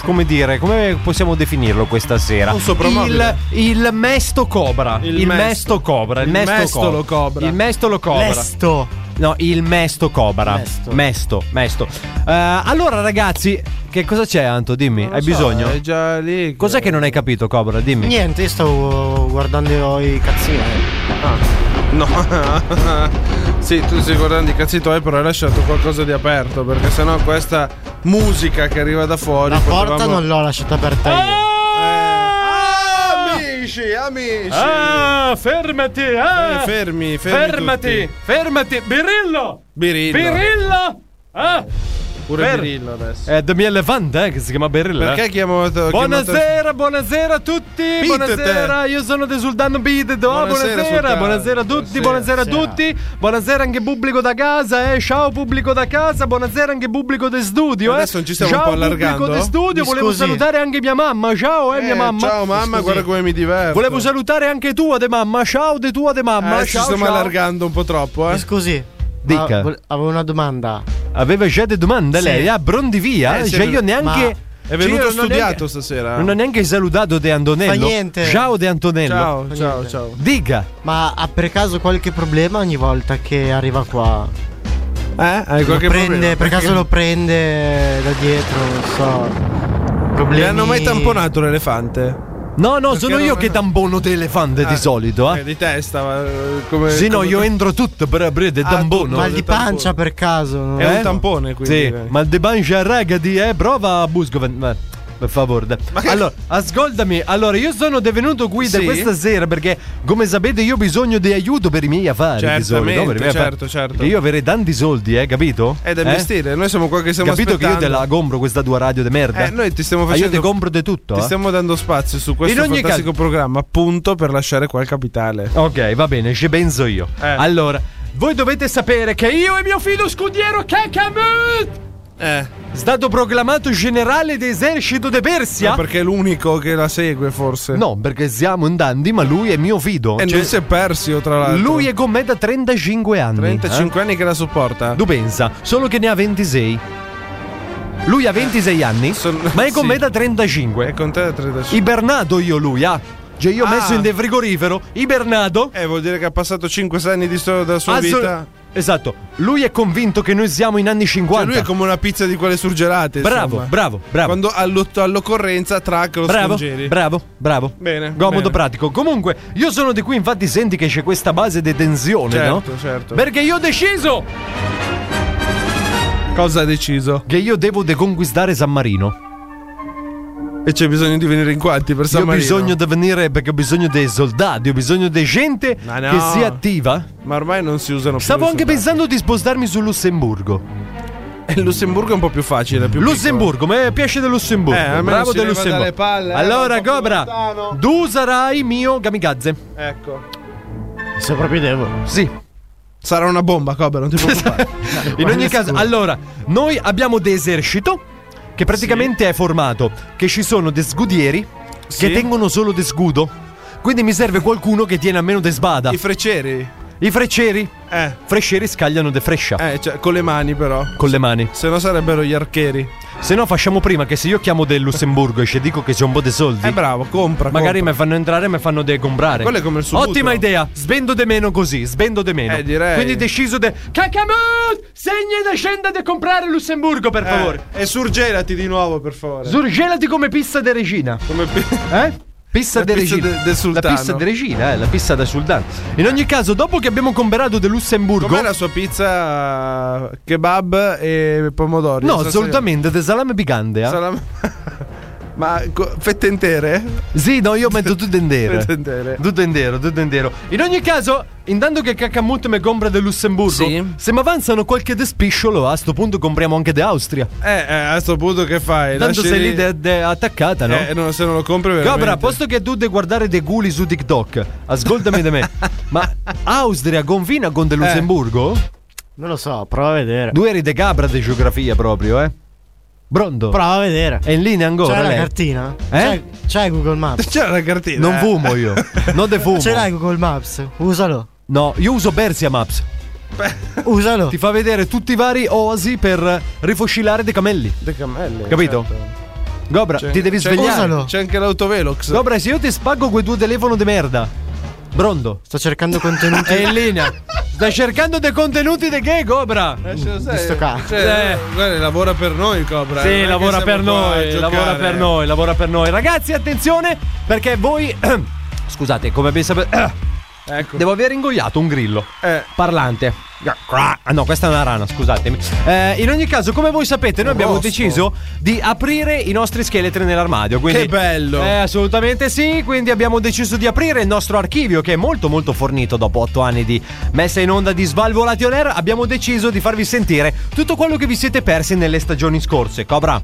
Speaker 8: come dire, come possiamo definirlo questa sera?
Speaker 5: Un soprammobile.
Speaker 8: Il, il mesto cobra. Il,
Speaker 5: Il
Speaker 8: mesto.
Speaker 5: mesto.
Speaker 8: cobra.
Speaker 5: Il mestolo cobra.
Speaker 8: Il mestolo cobra.
Speaker 13: Lesto.
Speaker 8: No, il mesto cobra.
Speaker 5: Mesto.
Speaker 8: Mesto. mesto. Eh, allora ragazzi, che cosa c'è Anto? Dimmi, hai bisogno?
Speaker 5: È già lì.
Speaker 8: Cos'è che non hai capito cobra? Dimmi.
Speaker 13: Niente, io stavo guardando i cazzini.
Speaker 5: No. <laughs> sì, tu stai guardando i cazzi tuoi, però hai lasciato qualcosa di aperto. Perché sennò questa musica che arriva da fuori.
Speaker 13: La porta
Speaker 5: potevamo-
Speaker 13: non l'ho lasciata aperta io.
Speaker 5: Eh. Ah, Amici, amici.
Speaker 8: Ah, fermati! Ah.
Speaker 5: Eh, fermi, fermi.
Speaker 8: Fermati,
Speaker 5: tutti.
Speaker 8: fermati, Birillo!
Speaker 5: Birillo.
Speaker 8: Birillo! Ah!
Speaker 5: Pure
Speaker 8: Fer-
Speaker 5: Birillo adesso.
Speaker 8: È 2020 eh, che si chiama Birillo.
Speaker 5: Perché
Speaker 8: eh.
Speaker 5: chiamato. chiamato-
Speaker 8: Buonasera, buonasera a tutti.
Speaker 5: Pite
Speaker 8: Buonasera, io sono Desultano Bidedo. ah,
Speaker 5: Buonasera,
Speaker 8: Buonasera,
Speaker 5: Sultano.
Speaker 8: buonasera a tutti, buonasera
Speaker 5: Buonasera.
Speaker 8: a tutti. Buonasera anche pubblico da casa, eh. Ciao pubblico da casa, buonasera anche pubblico di studio, eh.
Speaker 5: Adesso non ci stiamo un
Speaker 8: ciao,
Speaker 5: po' allargando?
Speaker 8: pubblico di studio,
Speaker 5: Mi
Speaker 8: volevo
Speaker 5: scusi.
Speaker 8: salutare anche mia mamma. Ciao, eh,
Speaker 5: Eh,
Speaker 8: mia mamma.
Speaker 5: Ciao mamma,
Speaker 8: Scusi.
Speaker 5: guarda come mi diverto.
Speaker 8: Certo. Volevo salutare anche tua de mamma. Ciao de tua de
Speaker 5: Eh,
Speaker 8: mamma.
Speaker 5: adesso
Speaker 8: ciao,
Speaker 5: ci stiamo
Speaker 8: ciao.
Speaker 5: allargando un po' troppo, eh.
Speaker 13: Mi scusi.
Speaker 8: Dica.
Speaker 13: ma vole- avevo una domanda.
Speaker 8: Aveva già delle domande
Speaker 13: Sì.
Speaker 8: lei, ah, brondi via.
Speaker 13: Eh, sì,
Speaker 8: cioè io
Speaker 13: ma-
Speaker 8: neanche.
Speaker 5: È venuto
Speaker 8: cioè, io non ho
Speaker 5: studiato
Speaker 8: neanche-
Speaker 5: stasera.
Speaker 8: Non ho neanche salutato De Antonello.
Speaker 13: Fa niente.
Speaker 8: Ciao De Antonello.
Speaker 5: Ciao, ciao, ciao.
Speaker 8: Dica.
Speaker 13: Ma ha per caso qualche problema ogni volta che arriva qua?
Speaker 5: Eh? Hai
Speaker 13: Lo
Speaker 5: qualche
Speaker 13: prende,
Speaker 5: problema?
Speaker 13: per caso
Speaker 5: Perché-
Speaker 13: lo prende da dietro, non so. Problemi.
Speaker 5: Le hanno mai tamponato l'elefante?
Speaker 8: No, no, sono
Speaker 5: non-
Speaker 8: io che tambono te elefante di
Speaker 5: Ah,
Speaker 8: solito, eh.
Speaker 5: Eh, di testa, ma eh, come.
Speaker 8: Sì, no,
Speaker 5: come-
Speaker 8: io entro tutto, però brede
Speaker 5: Ah,
Speaker 8: tambono.
Speaker 13: Mal di
Speaker 5: del tampone.
Speaker 13: pancia per caso.
Speaker 5: È
Speaker 13: Eh?
Speaker 5: un tampone, quindi.
Speaker 8: Sì, ma il de pancia ragadi, eh, prova a Buscovan. ma- Per favore. Allora, ascoltami. Allora, io sono divenuto guida
Speaker 5: Sì?
Speaker 8: questa sera perché, come sapete, io ho bisogno di aiuto per i miei affari.
Speaker 5: Certamente,
Speaker 8: tesoro, no? Per i miei affari.
Speaker 5: certo, certo.
Speaker 8: Perché io avrei tanti soldi, eh, capito?
Speaker 5: È da
Speaker 8: Eh?
Speaker 5: investire, noi siamo qua che stiamo
Speaker 8: Capito che io te
Speaker 5: aspettando.
Speaker 8: la compro questa tua radio di merda?
Speaker 5: Eh, noi ti stiamo
Speaker 8: Ma
Speaker 5: facendo
Speaker 8: io ti compro di tutto.
Speaker 5: Ti
Speaker 8: eh?
Speaker 5: stiamo dando spazio su questo
Speaker 8: In ogni
Speaker 5: fantastico programma, appunto per lasciare qua il capitale.
Speaker 8: Ok, va bene, ci penso io.
Speaker 5: Eh.
Speaker 8: Allora, voi dovete sapere che io e mio figlio scudiero Kekamut
Speaker 5: Eh.
Speaker 8: è stato proclamato generale d'esercito de Persia.
Speaker 5: No, perché è l'unico che la segue, forse.
Speaker 8: No, perché siamo in Dandi, ma lui è mio fido.
Speaker 5: E
Speaker 8: Cioè,
Speaker 5: Eh, non si è persio, tra l'altro.
Speaker 8: lui è con me da 35 anni.
Speaker 5: 35 anni che la sopporta.
Speaker 8: eh? Tu pensa, solo che ne ha 26. Lui ha 26 anni, ma è con
Speaker 5: sì.
Speaker 8: me da 35.
Speaker 5: È con te da 35.
Speaker 8: Ibernato io lui, ah. Cioè io ho
Speaker 5: Ah.
Speaker 8: messo in de frigorifero, ibernato.
Speaker 5: Eh, vuol dire che ha passato 5 anni di storia della sua
Speaker 8: Assol-
Speaker 5: vita.
Speaker 8: Esatto, lui è convinto che noi siamo in anni 50.
Speaker 5: Cioè, lui è come una pizza di quelle surgelate.
Speaker 8: Bravo,
Speaker 5: insomma.
Speaker 8: bravo, bravo.
Speaker 5: Quando all'o- all'occorrenza, track lo
Speaker 8: Bravo,
Speaker 5: scongeli.
Speaker 8: bravo, bravo.
Speaker 5: Bene,
Speaker 8: Comodo
Speaker 5: bene.
Speaker 8: pratico. Comunque, io sono di qui, infatti, senti che c'è questa base di tensione,
Speaker 5: Certo,
Speaker 8: no?
Speaker 5: certo.
Speaker 8: Perché io ho deciso
Speaker 5: Cosa ha deciso?
Speaker 8: che io devo deconquistare San Marino.
Speaker 5: E c'è bisogno di venire in quanti per San
Speaker 8: io ho
Speaker 5: Marino?
Speaker 8: bisogno di venire perché ho bisogno dei soldati, ho bisogno di gente
Speaker 5: Ma no.
Speaker 8: che sia attiva.
Speaker 5: Ma ormai non si usano più.
Speaker 8: Stavo
Speaker 5: i
Speaker 8: anche
Speaker 5: soldati.
Speaker 8: pensando di spostarmi sul Lussemburgo.
Speaker 5: Eh, Il Lussemburgo è un po' più facile. Più
Speaker 8: Lussemburgo, mi piace del Lussemburgo.
Speaker 5: Eh, almeno
Speaker 8: Bravo
Speaker 5: ci
Speaker 8: del
Speaker 5: leva dalle
Speaker 8: Lussemburgo.
Speaker 5: palle, eh,
Speaker 8: allora,
Speaker 5: un po' più
Speaker 8: Cobra,
Speaker 5: lontano.
Speaker 8: tu sarai mio kamikaze.
Speaker 5: piccolo. Ecco.
Speaker 13: Se proprio devo.
Speaker 8: Sì.
Speaker 5: Sarà una bomba, Cobra, <laughs> non ti preoccupare.
Speaker 8: In ogni caso, allora, noi abbiamo d'esercito che praticamente è formato che ci sono dei scudieri
Speaker 5: Sì.
Speaker 8: che tengono solo de scudo. Quindi mi serve qualcuno che tiene almeno de sbada.
Speaker 5: I
Speaker 8: I,
Speaker 5: freccieri.
Speaker 8: freccieri?
Speaker 5: Eh.
Speaker 8: Freccieri scagliano de frescia
Speaker 5: Eh, cioè, con le mani però.
Speaker 8: con le mani.
Speaker 5: Se no sarebbero gli archeri.
Speaker 8: Se no facciamo prima che se io chiamo del Lussemburgo e ci dico che c'è un po' di soldi,
Speaker 5: Eh, bravo, compra.
Speaker 8: magari
Speaker 5: compra.
Speaker 8: mi fanno entrare e mi fanno decombrare.
Speaker 5: Quello è come il subbuteo.
Speaker 8: Ottima idea, sbendo de meno così, sbendo de meno.
Speaker 5: Eh, direi.
Speaker 8: Quindi deciso de Cacamut! Segna e scenda de comprare Lussemburgo, per favore.
Speaker 5: Eh, e surgelati di nuovo, per favore.
Speaker 8: Surgelati come pizza de regina.
Speaker 5: Come pi-
Speaker 8: Eh? Pizza
Speaker 5: La
Speaker 8: de
Speaker 5: pizza
Speaker 8: regina.
Speaker 5: de- del
Speaker 8: la
Speaker 5: sultano.
Speaker 8: pizza de regina, eh, la pizza da sultano. In ogni caso, dopo che abbiamo comperato del
Speaker 5: <laughs>
Speaker 8: Lussemburgo.
Speaker 5: Com'è la sua pizza kebab e pomodori?
Speaker 8: No,
Speaker 5: Non so se-
Speaker 8: assolutamente, de salame piccante. eh.
Speaker 5: Salam- <laughs> Ma co- fette intere?
Speaker 8: Sì, no, io metto tutto in nero.
Speaker 5: Tutto in nero.
Speaker 8: Tutto in nero, tutto in nero. In ogni caso, intanto che Cacamut mi compra del Lussemburgo,
Speaker 5: Sì.
Speaker 8: se mi avanzano qualche despisciolo, a sto punto compriamo anche de Austria.
Speaker 5: Eh, eh, a sto punto che fai?
Speaker 8: Tanto
Speaker 5: Lasci
Speaker 8: sei lì de- de- attaccata, no?
Speaker 5: Eh, no, se non lo compri veramente.
Speaker 8: Cobra, posto che tu devi guardare dei guli su TikTok, ascoltami da
Speaker 5: <laughs>
Speaker 8: me. Ma Austria confina
Speaker 5: Eh.
Speaker 8: con De Lussemburgo?
Speaker 13: Non lo so, prova a vedere.
Speaker 8: Due eri de capra di geografia proprio, eh? Pronto?
Speaker 13: Prova a vedere.
Speaker 8: È in linea ancora
Speaker 13: C'è la
Speaker 8: lei?
Speaker 13: cartina?
Speaker 8: Eh?
Speaker 13: C'è, c'è Google Maps?
Speaker 5: C'era la cartina.
Speaker 8: Non
Speaker 5: eh.
Speaker 13: <laughs>
Speaker 8: fumo io, non de fumo.
Speaker 13: Ce l'hai Google Maps? Usalo.
Speaker 8: No, io uso Persia Maps.
Speaker 13: Usalo.
Speaker 8: Ti fa vedere tutti i vari oasi per rifoscillare dei camelli.
Speaker 5: Dei certo. Cioè, cammelli.
Speaker 8: Capito? Gobra,
Speaker 5: C'è-
Speaker 8: ti devi
Speaker 5: c'è-
Speaker 8: svegliare.
Speaker 13: Usalo.
Speaker 5: C'è anche l'autovelox.
Speaker 8: Gobra, se io ti spacco quei due telefono di merda. Pronto?
Speaker 13: Sto cercando contenuti
Speaker 8: È in linea. Stai cercando dei contenuti di Mm. che, Cobra?
Speaker 5: Eh, ce lo sai.
Speaker 13: di sto cazzo.
Speaker 5: Cioè,
Speaker 8: Eh.
Speaker 5: guarda, lavora per noi, Cobra. eh, Non è
Speaker 8: Sì,
Speaker 5: che
Speaker 8: lavora
Speaker 5: siamo
Speaker 8: per
Speaker 5: qua a
Speaker 8: noi,
Speaker 5: giocare. eh.
Speaker 8: lavora per noi, lavora per noi. Ragazzi, attenzione perché voi <clears throat> Scusate, come ben sapete <clears throat>
Speaker 5: Ecco.
Speaker 8: devo aver ingoiato un grillo
Speaker 5: Eh.
Speaker 8: parlante. Ah no, questa è una rana, scusatemi. Eh, in ogni caso, come voi sapete, noi abbiamo
Speaker 5: rospo.
Speaker 8: deciso di aprire i nostri scheletri nell'armadio. Quindi,
Speaker 5: Che bello.
Speaker 8: Eh, assolutamente sì. Quindi abbiamo deciso di aprire il nostro archivio, che è molto molto fornito dopo otto anni di messa in onda di Svalvolati On Air. Abbiamo deciso di farvi sentire tutto quello che vi siete persi nelle stagioni scorse. Cobra.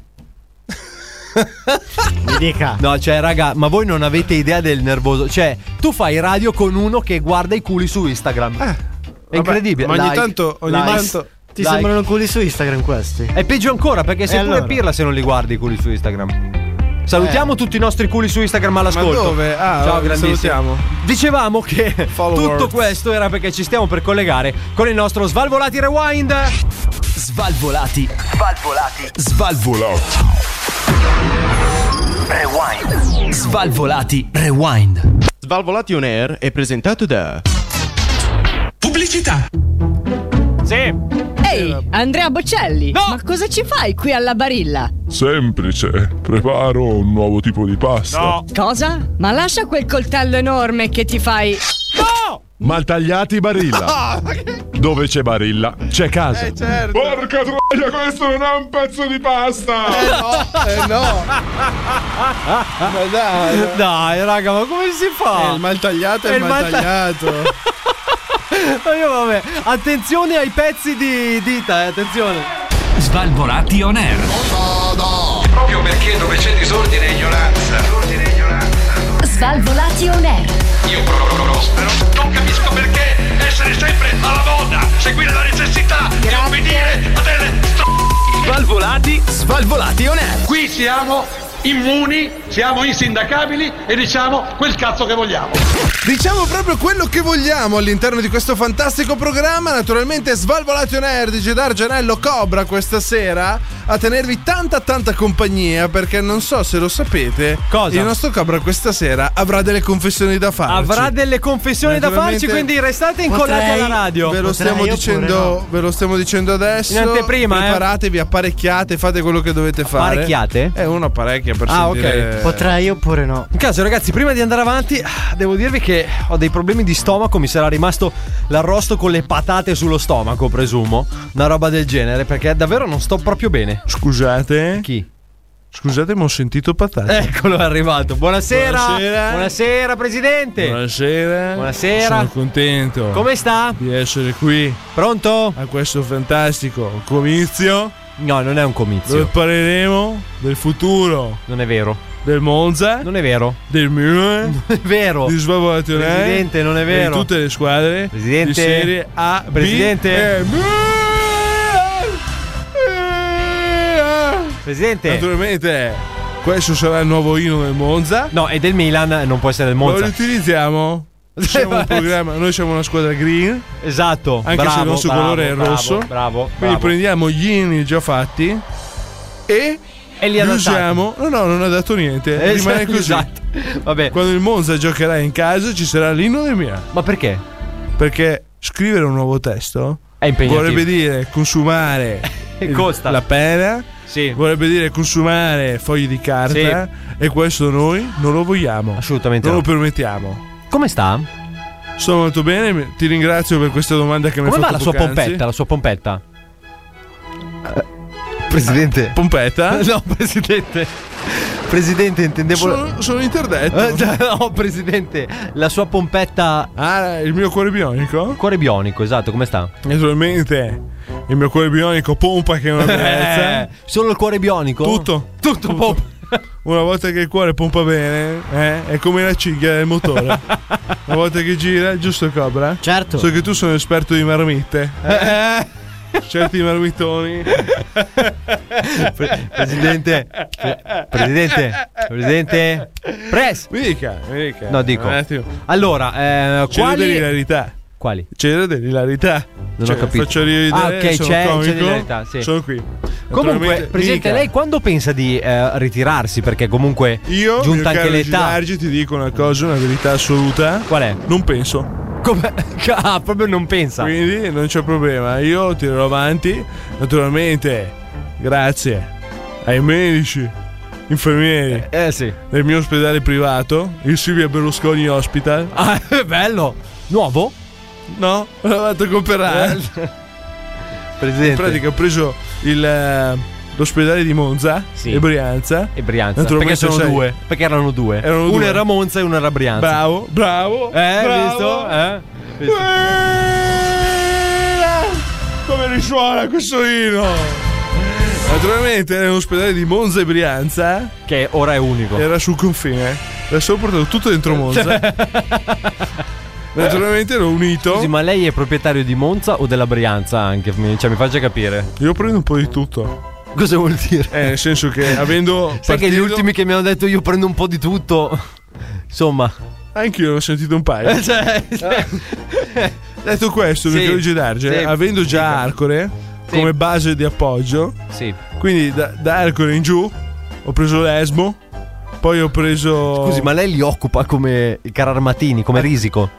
Speaker 13: Mi dica.
Speaker 8: No, cioè, raga, ma voi non avete idea del nervoso. Cioè, tu fai radio con uno che guarda i culi su Instagram. è incredibile.
Speaker 5: ma ogni
Speaker 8: Like,
Speaker 5: tanto- ogni
Speaker 8: like,
Speaker 5: tanto-
Speaker 13: Ti
Speaker 8: like.
Speaker 13: sembrano culi su Instagram questi?
Speaker 8: È peggio ancora perché sei
Speaker 13: E
Speaker 8: pure
Speaker 13: allora?
Speaker 8: pirla se non li guardi i culi su Instagram. Salutiamo tutti i nostri culi su Instagram all'ascolto.
Speaker 5: dove? Ah,
Speaker 8: Ciao,
Speaker 5: vabbè,
Speaker 8: grandissimo.
Speaker 5: salutiamo.
Speaker 8: Dicevamo che
Speaker 5: Follower.
Speaker 8: tutto questo era perché ci stiamo per collegare con il nostro Svalvolati Rewind.
Speaker 6: Svalvolati. Svalvolati. Svalvolati. Rewind. Svalvolati. Rewind.
Speaker 17: Svalvolati On Air è presentato da
Speaker 7: Pubblicità.
Speaker 8: Sì.
Speaker 18: Ehi, Andrea Bocelli, ma cosa ci fai qui alla Barilla?
Speaker 19: Semplice, preparo un nuovo tipo di pasta.
Speaker 18: Cosa? Ma lascia quel coltello enorme che ti fai.
Speaker 8: No!
Speaker 19: Maltagliati Barilla.
Speaker 5: Dove c'è Barilla, c'è casa.
Speaker 3: Porca troia, questo non è un pezzo di pasta!
Speaker 2: Eh no, eh no!
Speaker 3: ma
Speaker 2: dai,
Speaker 8: <laughs>
Speaker 2: dai.
Speaker 8: raga, ma come si fa?
Speaker 2: Eh, il mal tagliato è il mal
Speaker 8: ta-
Speaker 2: tagliato.
Speaker 8: <laughs> Ma io, vabbè, attenzione ai pezzi di dita, eh, attenzione.
Speaker 20: Svalvolati on air.
Speaker 4: Proprio perché dove c'è disordine e ignoranza,
Speaker 21: Svalvolati on air.
Speaker 4: io pro- pro- prospero. Non capisco perché essere sempre alla moda, seguire la necessità di obbedire a delle
Speaker 20: Svalvolati, svalvolati on air.
Speaker 4: Qui siamo immuni, siamo insindacabili e diciamo quel cazzo che vogliamo.
Speaker 2: Diciamo proprio quello che vogliamo all'interno di questo fantastico programma. Naturalmente Svalvolation Air di Gedar Gianello Cobra questa sera a tenervi tanta tanta compagnia perché non so se lo sapete.
Speaker 8: Cosa?
Speaker 2: Il nostro Cobra questa sera avrà delle confessioni da farci.
Speaker 8: Avrà delle confessioni da farci,
Speaker 2: Naturalmente-
Speaker 8: quindi restate incollati
Speaker 2: Potrei-
Speaker 8: alla radio.
Speaker 2: Ve lo, stiamo dicendo, ve lo stiamo dicendo adesso.
Speaker 8: In anteprima, eh.
Speaker 2: Preparatevi, apparecchiate, fate quello che dovete fare.
Speaker 8: Apparecchiate?
Speaker 2: È una parecchia per
Speaker 8: Ah,
Speaker 2: sentire-
Speaker 8: ok. oppure no? Eh. In caso, ragazzi, prima di andare avanti, devo dirvi che ho dei problemi di stomaco. Mi sarà rimasto l'arrosto con le patate sullo stomaco, presumo. Una roba del genere, perché davvero non sto proprio bene.
Speaker 2: Scusate.
Speaker 8: Chi?
Speaker 2: Scusate, ma ho sentito patate.
Speaker 8: Eccolo, è arrivato. Buonasera.
Speaker 5: Buonasera.
Speaker 8: Buonasera, presidente.
Speaker 5: Buonasera.
Speaker 8: Eh. Buonasera.
Speaker 5: Sono contento.
Speaker 8: Come sta?
Speaker 5: Di essere qui.
Speaker 8: Pronto?
Speaker 5: A questo fantastico comizio.
Speaker 8: No, non è un comizio.
Speaker 5: Dove parleremo del futuro.
Speaker 8: Non è vero.
Speaker 5: Del Monza.
Speaker 8: Non è vero.
Speaker 5: <laughs> Del Milan. Non
Speaker 8: è vero.
Speaker 5: Di Svalvolation Air,
Speaker 8: Presidente, non è vero.
Speaker 5: Di Eh, tutte le squadre.
Speaker 8: Presidente.
Speaker 5: Di Serie A, B
Speaker 8: Presidente.
Speaker 5: e Milan.
Speaker 8: Presidente.
Speaker 5: eh, Naturalmente, questo sarà il nuovo inno del Monza.
Speaker 8: No, è del Milan, non può essere del
Speaker 5: Lo
Speaker 8: Monza.
Speaker 5: riutilizziamo.
Speaker 8: <laughs>
Speaker 5: Siamo un programma, noi siamo una squadra green.
Speaker 8: Esatto.
Speaker 5: Anche
Speaker 8: bravo,
Speaker 5: se il nostro
Speaker 8: bravo,
Speaker 5: colore è
Speaker 8: bravo,
Speaker 5: rosso.
Speaker 8: Bravo.
Speaker 5: Quindi
Speaker 8: bravo.
Speaker 5: prendiamo gli inni già fatti e,
Speaker 8: E li
Speaker 5: li
Speaker 8: adattati.
Speaker 5: usiamo. No, no, non ha dato niente.
Speaker 8: Eh,
Speaker 5: Rimane
Speaker 8: esatto,
Speaker 5: così.
Speaker 8: esatto. Vabbè.
Speaker 5: Quando il Monza giocherà in casa ci sarà l'inno del Milan.
Speaker 8: Ma perché?
Speaker 5: Perché scrivere un nuovo testo
Speaker 8: È impegnativo.
Speaker 5: vorrebbe dire consumare
Speaker 8: E
Speaker 5: il-
Speaker 8: <laughs> costa.
Speaker 5: la pena.
Speaker 8: Sì.
Speaker 5: Vorrebbe dire consumare fogli di carta e questo noi non lo vogliamo.
Speaker 8: Assolutamente
Speaker 5: Non
Speaker 8: no.
Speaker 5: lo permettiamo.
Speaker 8: Come sta?
Speaker 5: Sto molto bene, mi- ti ringrazio per questa domanda che mi
Speaker 8: Come
Speaker 5: hai
Speaker 8: va
Speaker 5: fatto
Speaker 8: la sua
Speaker 5: poc'anzi.
Speaker 8: pompetta? La sua pompetta? Presidente. <laughs>
Speaker 5: Pompetta?
Speaker 8: No, presidente. Presidente, intendevo.
Speaker 5: Sono, sono interdetto.
Speaker 8: Eh, No, presidente, la sua pompetta.
Speaker 5: Ah, il mio cuore bionico?
Speaker 8: Cuore bionico, esatto, come sta?
Speaker 5: Eh. Naturalmente il mio cuore bionico pompa che è una bellezza.
Speaker 8: <laughs> Eh, solo il cuore bionico?
Speaker 5: Tutto.
Speaker 8: Tutto, pompa.
Speaker 5: Una volta che il cuore pompa bene, eh, è come la cinghia del
Speaker 8: <laughs>
Speaker 5: motore. Una volta che gira, giusto Cobra?
Speaker 22: Certo.
Speaker 5: So che tu sei un esperto di marmitte.
Speaker 8: Eh.
Speaker 5: Eh. Certi
Speaker 8: <laughs>
Speaker 5: marmittoni.
Speaker 8: Presidente, pre- presidente, presidente, pres.
Speaker 5: Mi dica, mi dica.
Speaker 8: No, dico.
Speaker 5: Un attimo.
Speaker 8: Allora, eh,
Speaker 5: C'è delle
Speaker 8: quali?
Speaker 5: ilarità.
Speaker 8: Quali?
Speaker 5: C'era dell'ilarità.
Speaker 8: Non ho capito.
Speaker 5: Cioè, Faccio ridere,
Speaker 8: Ah, ok,
Speaker 5: sono
Speaker 8: c'è- c'è
Speaker 5: comico,
Speaker 8: dell'ilarità, sì.
Speaker 5: Sono qui.
Speaker 8: Comunque,
Speaker 5: Naturalmente-
Speaker 8: presidente,
Speaker 5: Mica.
Speaker 8: lei quando pensa di eh, ritirarsi? Perché comunque
Speaker 5: Io, mio
Speaker 8: giunta anche
Speaker 5: caro
Speaker 8: l'età.
Speaker 5: Gilargi, ti dico una cosa, una verità assoluta.
Speaker 8: Qual è?
Speaker 5: Non penso.
Speaker 8: Come? <laughs> Ah, proprio non pensa.
Speaker 5: Quindi non c'è problema. Io tirerò avanti. Naturalmente, grazie ai medici, infermieri
Speaker 8: Eh sì.
Speaker 5: del mio ospedale privato, il Silvia Berlusconi Hospital.
Speaker 8: Ah, <laughs> è bello. Nuovo?
Speaker 5: No, l'ho andato a comprare. In
Speaker 8: Presidente.
Speaker 5: pratica ho preso il, eh, l'ospedale di Monza
Speaker 8: Sì.
Speaker 5: e Brianza.
Speaker 8: E Brianza. Perché
Speaker 5: Naturalmente
Speaker 8: sono
Speaker 5: sai-
Speaker 8: due? Perché erano due.
Speaker 5: Erano
Speaker 8: uno
Speaker 5: due.
Speaker 8: era Monza e uno era Brianza.
Speaker 5: Bravo, bravo.
Speaker 8: Eh,
Speaker 5: bravo.
Speaker 8: visto? Eh? Visto?
Speaker 5: Come risuona questo inno? Naturalmente nell'ospedale di Monza e Brianza eh,
Speaker 8: Che ora è unico.
Speaker 5: era sul confine. Adesso ho portato tutto dentro
Speaker 8: <laughs>
Speaker 5: Monza. Naturalmente l'ho unito.
Speaker 8: Scusi, ma lei è proprietario di Monza o della Brianza anche? Mi- Cioè, mi faccia capire.
Speaker 5: Io prendo un po' di tutto.
Speaker 8: Cosa vuol dire?
Speaker 5: Eh, nel senso che avendo
Speaker 8: <laughs> Sai che gli
Speaker 5: partito-
Speaker 8: ultimi che mi hanno detto io prendo un po' di tutto. Insomma.
Speaker 5: Anch'io ne ho sentito un paio.
Speaker 8: <laughs> Eh, cioè,
Speaker 5: Detto questo,
Speaker 8: Sì.
Speaker 5: mio caro Gedarge,
Speaker 8: Sì.
Speaker 5: avendo già Arcore
Speaker 8: Sì.
Speaker 5: come base di appoggio,
Speaker 8: Sì.
Speaker 5: quindi da, da Arcore in giù ho preso l'Esmo, poi ho preso...
Speaker 8: Scusi, ma lei li occupa come i cararmatini, come risico?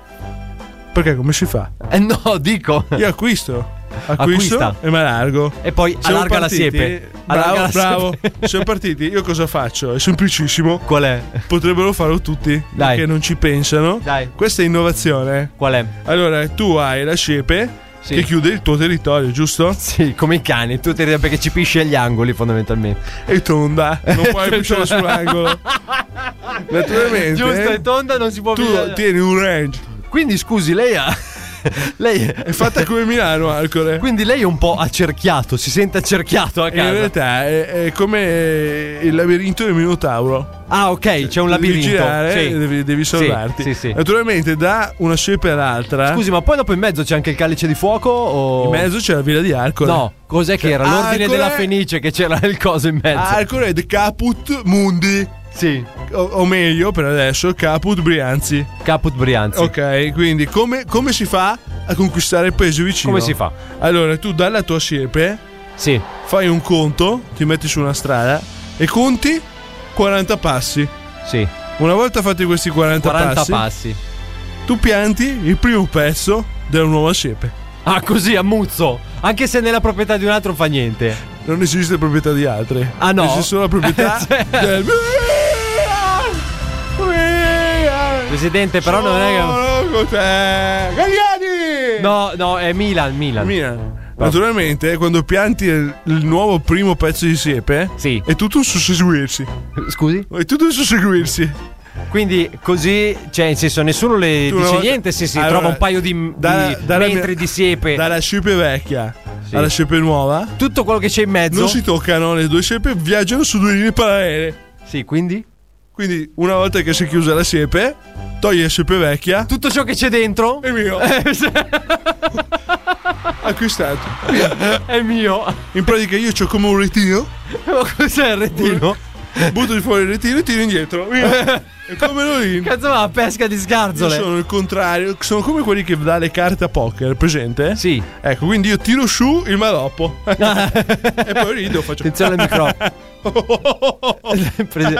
Speaker 5: Perché come si fa?
Speaker 8: Eh no, dico.
Speaker 5: Io acquisto. Acquisto
Speaker 8: Acquista.
Speaker 5: e me largo.
Speaker 8: E poi
Speaker 5: Siamo
Speaker 8: allarga la
Speaker 5: partiti-
Speaker 8: siepe.
Speaker 5: Bravo,
Speaker 8: Allarga la
Speaker 5: bravo.
Speaker 8: siepe. <laughs>
Speaker 5: Siamo partiti. Io cosa faccio? È semplicissimo.
Speaker 8: Qual è?
Speaker 5: Potrebbero farlo tutti.
Speaker 8: Dai.
Speaker 5: Perché non ci pensano.
Speaker 8: Dai.
Speaker 5: Questa è innovazione. eh.
Speaker 8: Qual è?
Speaker 5: Allora, tu hai la siepe che chiude il tuo territorio, giusto?
Speaker 8: Sì, come i cani, tu ti ridi perché ci pisce agli angoli fondamentalmente.
Speaker 5: E tonda, non puoi pisciare sull'angolo. <laughs> Naturalmente.
Speaker 8: Giusto, è tonda, non si può
Speaker 5: Tu
Speaker 8: pisciare.
Speaker 5: tieni un range.
Speaker 8: Quindi scusi, lei ha <laughs> lei è
Speaker 5: fatta come Milano, Alcore.
Speaker 8: Quindi lei è un po' accerchiato, si sente accerchiato a
Speaker 5: In
Speaker 8: casa.
Speaker 5: realtà è, è come il labirinto del Minotauro.
Speaker 8: Ah, ok, c'è un
Speaker 5: Cioè, Devi
Speaker 8: labirinto.
Speaker 5: girare,
Speaker 8: Sì.
Speaker 5: devi, devi
Speaker 8: Sì,
Speaker 5: salvarti. Eh?
Speaker 8: sì, sì.
Speaker 5: Naturalmente, da una scelta all'altra.
Speaker 8: Scusi, ma poi dopo in mezzo c'è anche il calice di fuoco o
Speaker 5: In mezzo Cioè, ah, c'è la villa di Arcore.
Speaker 8: No, cos'è che era? L'ordine
Speaker 5: Arcore-
Speaker 8: della Fenice che c'era il coso in mezzo.
Speaker 5: Arcore de Caput Mundi.
Speaker 8: Sì.
Speaker 5: O, o meglio, per adesso, Caput Brianzi.
Speaker 8: Caput Brianzi.
Speaker 5: Ok, quindi come, come si fa a conquistare il paese vicino?
Speaker 8: Come si fa?
Speaker 5: Allora, tu dalla tua siepe
Speaker 8: sì.
Speaker 5: fai un conto, ti metti su una strada e conti 40 passi.
Speaker 8: Sì.
Speaker 5: Una volta fatti questi 40,
Speaker 8: 40 passi.
Speaker 5: tu pianti il primo pezzo della nuova siepe.
Speaker 8: Ah, così a muzzo. Anche se nella proprietà di un altro fa niente.
Speaker 5: Non esiste proprietà di altri.
Speaker 8: Ah, no?
Speaker 5: Esiste solo la
Speaker 8: <laughs>
Speaker 5: proprietà del
Speaker 8: Presidente, però non è che
Speaker 5: Sono con te. Gagliani!
Speaker 8: No, no, è Milan, Milan.
Speaker 5: Milan. Naturalmente, quando pianti il, il nuovo primo pezzo di siepe, è tutto un susseguirsi.
Speaker 8: Scusi?
Speaker 5: È tutto un susseguirsi.
Speaker 8: Quindi così, cioè, in senso, nessuno le
Speaker 5: Tu una
Speaker 8: dice
Speaker 5: volta-
Speaker 8: niente se si
Speaker 5: Allora,
Speaker 8: trova un paio di,
Speaker 5: dalla-
Speaker 8: di
Speaker 5: dalla
Speaker 8: metri
Speaker 5: mia-
Speaker 8: di siepe.
Speaker 5: Dalla siepe vecchia
Speaker 8: Sì.
Speaker 5: alla siepe nuova,
Speaker 8: Tutto quello che c'è in mezzo.
Speaker 5: non si toccano le due siepe, viaggiano su due linee parallele.
Speaker 8: Sì, quindi?
Speaker 5: Quindi, una volta che si è chiusa la siepe, togli la siepe vecchia.
Speaker 8: Tutto ciò che c'è dentro
Speaker 5: è mio. Acquistato.
Speaker 8: è mio. <laughs>
Speaker 5: In pratica, io ho come un retino.
Speaker 8: Ma cos'è il retino?
Speaker 5: Butto fuori il retino e tiro indietro. Via. È come l'olino.
Speaker 8: Cazzo, ma pesca di
Speaker 5: Io
Speaker 8: sgarzole.
Speaker 5: sono il contrario, sono come quelli che dà le carte a poker, presente?
Speaker 8: Sì.
Speaker 5: Ecco, quindi io tiro su il
Speaker 8: <laughs>
Speaker 5: maloppo. e poi rido, faccio.
Speaker 8: Attenzione al microfono. <laughs> Presi-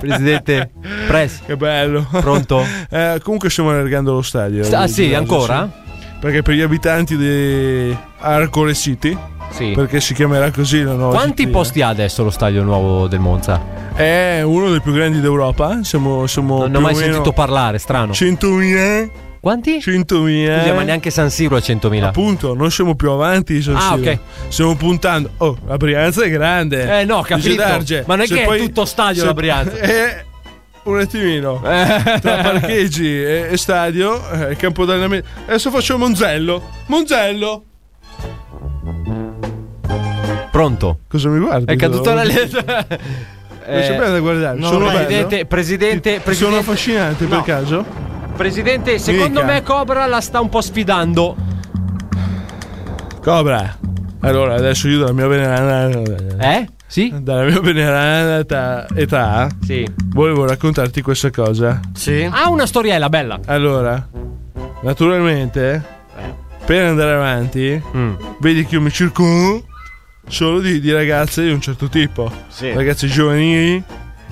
Speaker 8: presidente, press.
Speaker 5: <laughs> Che bello. <laughs>
Speaker 8: Pronto?
Speaker 5: Eh, comunque stiamo allargando lo stadio.
Speaker 8: Ah,
Speaker 5: Di-
Speaker 8: sì,
Speaker 5: di oggi,
Speaker 8: ancora?
Speaker 5: sì. Perché per gli abitanti di Arcore City,
Speaker 8: Sì.
Speaker 5: perché si chiamerà così la nuova
Speaker 8: Quanti
Speaker 5: cittadina.
Speaker 8: posti ha adesso lo stadio nuovo del Monza?
Speaker 5: È uno dei più grandi d'Europa. Siamo, siamo
Speaker 8: Non ne ho mai sentito parlare, strano.
Speaker 5: 100.000.
Speaker 8: Quanti?
Speaker 5: 100.000.
Speaker 8: Scusa, ma neanche San Siro ha 100.000.
Speaker 5: Appunto, non siamo più avanti. di San
Speaker 8: Ah,
Speaker 5: Siro.
Speaker 8: ok.
Speaker 5: Stiamo puntando. Oh, la Brianza è grande.
Speaker 8: Eh, no, capito.
Speaker 5: Dice Darge,
Speaker 8: Ma non è
Speaker 5: se
Speaker 8: che è
Speaker 5: poi-
Speaker 8: tutto stadio
Speaker 5: se-
Speaker 8: la Brianza.
Speaker 5: <laughs>
Speaker 8: Eh.
Speaker 5: Eh, un attimino. Tra <laughs> parcheggi e, e stadio, eh, campo d'allenamento. Adesso faccio Monzello. Monzello.
Speaker 8: Pronto?
Speaker 5: Cosa mi guardi?
Speaker 8: È caduta la lettera.
Speaker 5: Non c'è bene da guardare.
Speaker 8: no,
Speaker 5: sono bello?
Speaker 8: presidente, presidente,
Speaker 5: Ti- ti Sono
Speaker 8: presidente-
Speaker 5: affascinante
Speaker 8: eh, No.
Speaker 5: per caso?
Speaker 8: Presidente, secondo
Speaker 5: Dica.
Speaker 8: me Cobra la sta un po' sfidando.
Speaker 5: Cobra. Allora, adesso io dalla mia veneranda.
Speaker 8: Eh? Sì?
Speaker 5: Dalla mia veneranda età- età.
Speaker 8: Sì.
Speaker 5: Volevo raccontarti questa cosa.
Speaker 13: Sì.
Speaker 8: Ha una storiella bella.
Speaker 5: Allora, naturalmente, eh, per andare avanti,
Speaker 13: Mm.
Speaker 5: vedi che io mi circondo solo di, di ragazze di un certo tipo.
Speaker 13: Sì.
Speaker 5: Ragazze giovanili,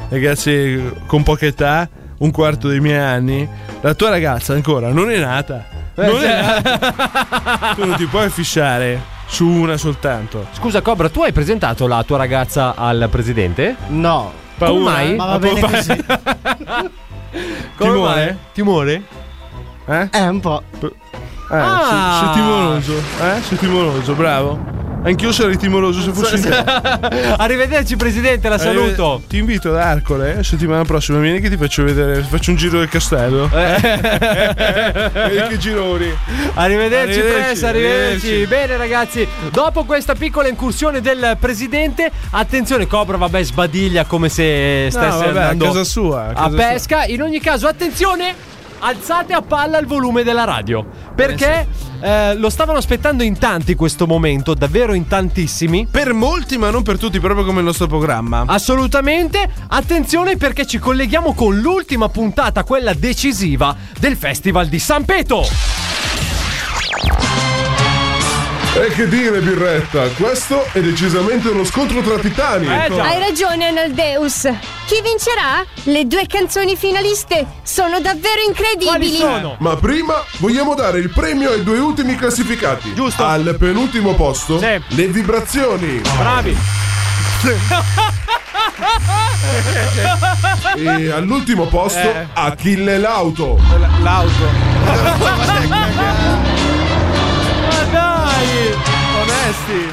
Speaker 5: ragazze con poca età, un quarto dei miei anni. La tua ragazza ancora non è nata.
Speaker 13: Esatto.
Speaker 5: Non è
Speaker 8: Ah,
Speaker 5: nata. tu non ti puoi fissare su una soltanto.
Speaker 8: Scusa Cobra, tu hai presentato la tua ragazza al presidente?
Speaker 13: No.
Speaker 8: Come
Speaker 5: Paura?
Speaker 8: mai?
Speaker 13: Ma va bene così.
Speaker 8: Come
Speaker 5: Timore?
Speaker 8: mai? Timore?
Speaker 5: Eh?
Speaker 13: Eh, un po'.
Speaker 5: Eh,
Speaker 8: Ah.
Speaker 5: sei, sei timoroso, eh? Sei timoroso, bravo. Anch'io sarei timoroso se fossi in te.
Speaker 8: Arrivederci presidente, la saluto.
Speaker 5: Eh, ti invito ad Arcole eh, settimana prossima. Vieni che ti faccio vedere. ti Faccio un giro del castello. <laughs> Vedi che gironi. Arrivederci,
Speaker 8: Arrivederci, press, arrivederci.
Speaker 5: arrivederci.
Speaker 8: Bene, ragazzi, dopo questa piccola incursione del presidente, attenzione, Cobra, vabbè, sbadiglia come se
Speaker 5: No, vabbè,
Speaker 8: stesse
Speaker 5: a
Speaker 8: andando
Speaker 5: casa sua.
Speaker 8: a pesca. In ogni caso, attenzione, alzate a palla il volume della radio perché eh, lo stavano aspettando in tanti questo momento, davvero in tantissimi.
Speaker 5: Per molti, ma non per tutti, proprio come il nostro programma.
Speaker 8: Assolutamente, attenzione perché ci colleghiamo con l'ultima puntata, quella decisiva del Festival di San Peto.
Speaker 3: E che dire, birretta? Questo è decisamente uno scontro tra
Speaker 8: Eh,
Speaker 3: titani.
Speaker 18: Hai ragione, Analdeus. Chi vincerà? Le due canzoni finaliste sono davvero incredibili.
Speaker 3: Ma prima vogliamo dare il premio ai due ultimi classificati. Giusto. Al penultimo posto, le vibrazioni.
Speaker 8: Bravi.
Speaker 3: E all'ultimo posto,
Speaker 5: Eh.
Speaker 3: Achille Lauto.
Speaker 5: L'auto.
Speaker 8: Ma
Speaker 3: Dai, onesti.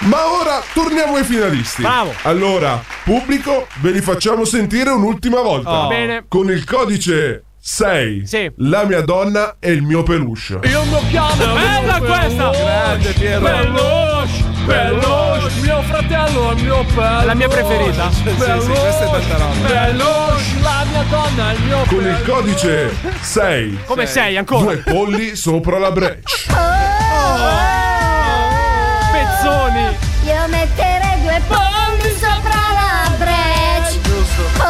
Speaker 3: Ma ora torniamo ai finalisti.
Speaker 5: Bravo.
Speaker 3: Allora, pubblico, ve li facciamo sentire un'ultima volta.
Speaker 5: Oh. Bene.
Speaker 3: Con il codice 6. La mia donna e il mio peluche.
Speaker 4: Io mi chiamo Bella questa Grande
Speaker 3: Piero.
Speaker 4: Veloce Veloce Mio fratello è il mio pelle
Speaker 3: La mia preferita. Sì, sì, questa è tanta roba.
Speaker 4: Veloce La mia donna è il mio
Speaker 3: Con il codice 6.
Speaker 4: Come sei, ancora?
Speaker 3: Due polli sopra la breccia.
Speaker 4: Pezzoni
Speaker 11: Io metterei due polli sopra la breccia. Giusto. Oh,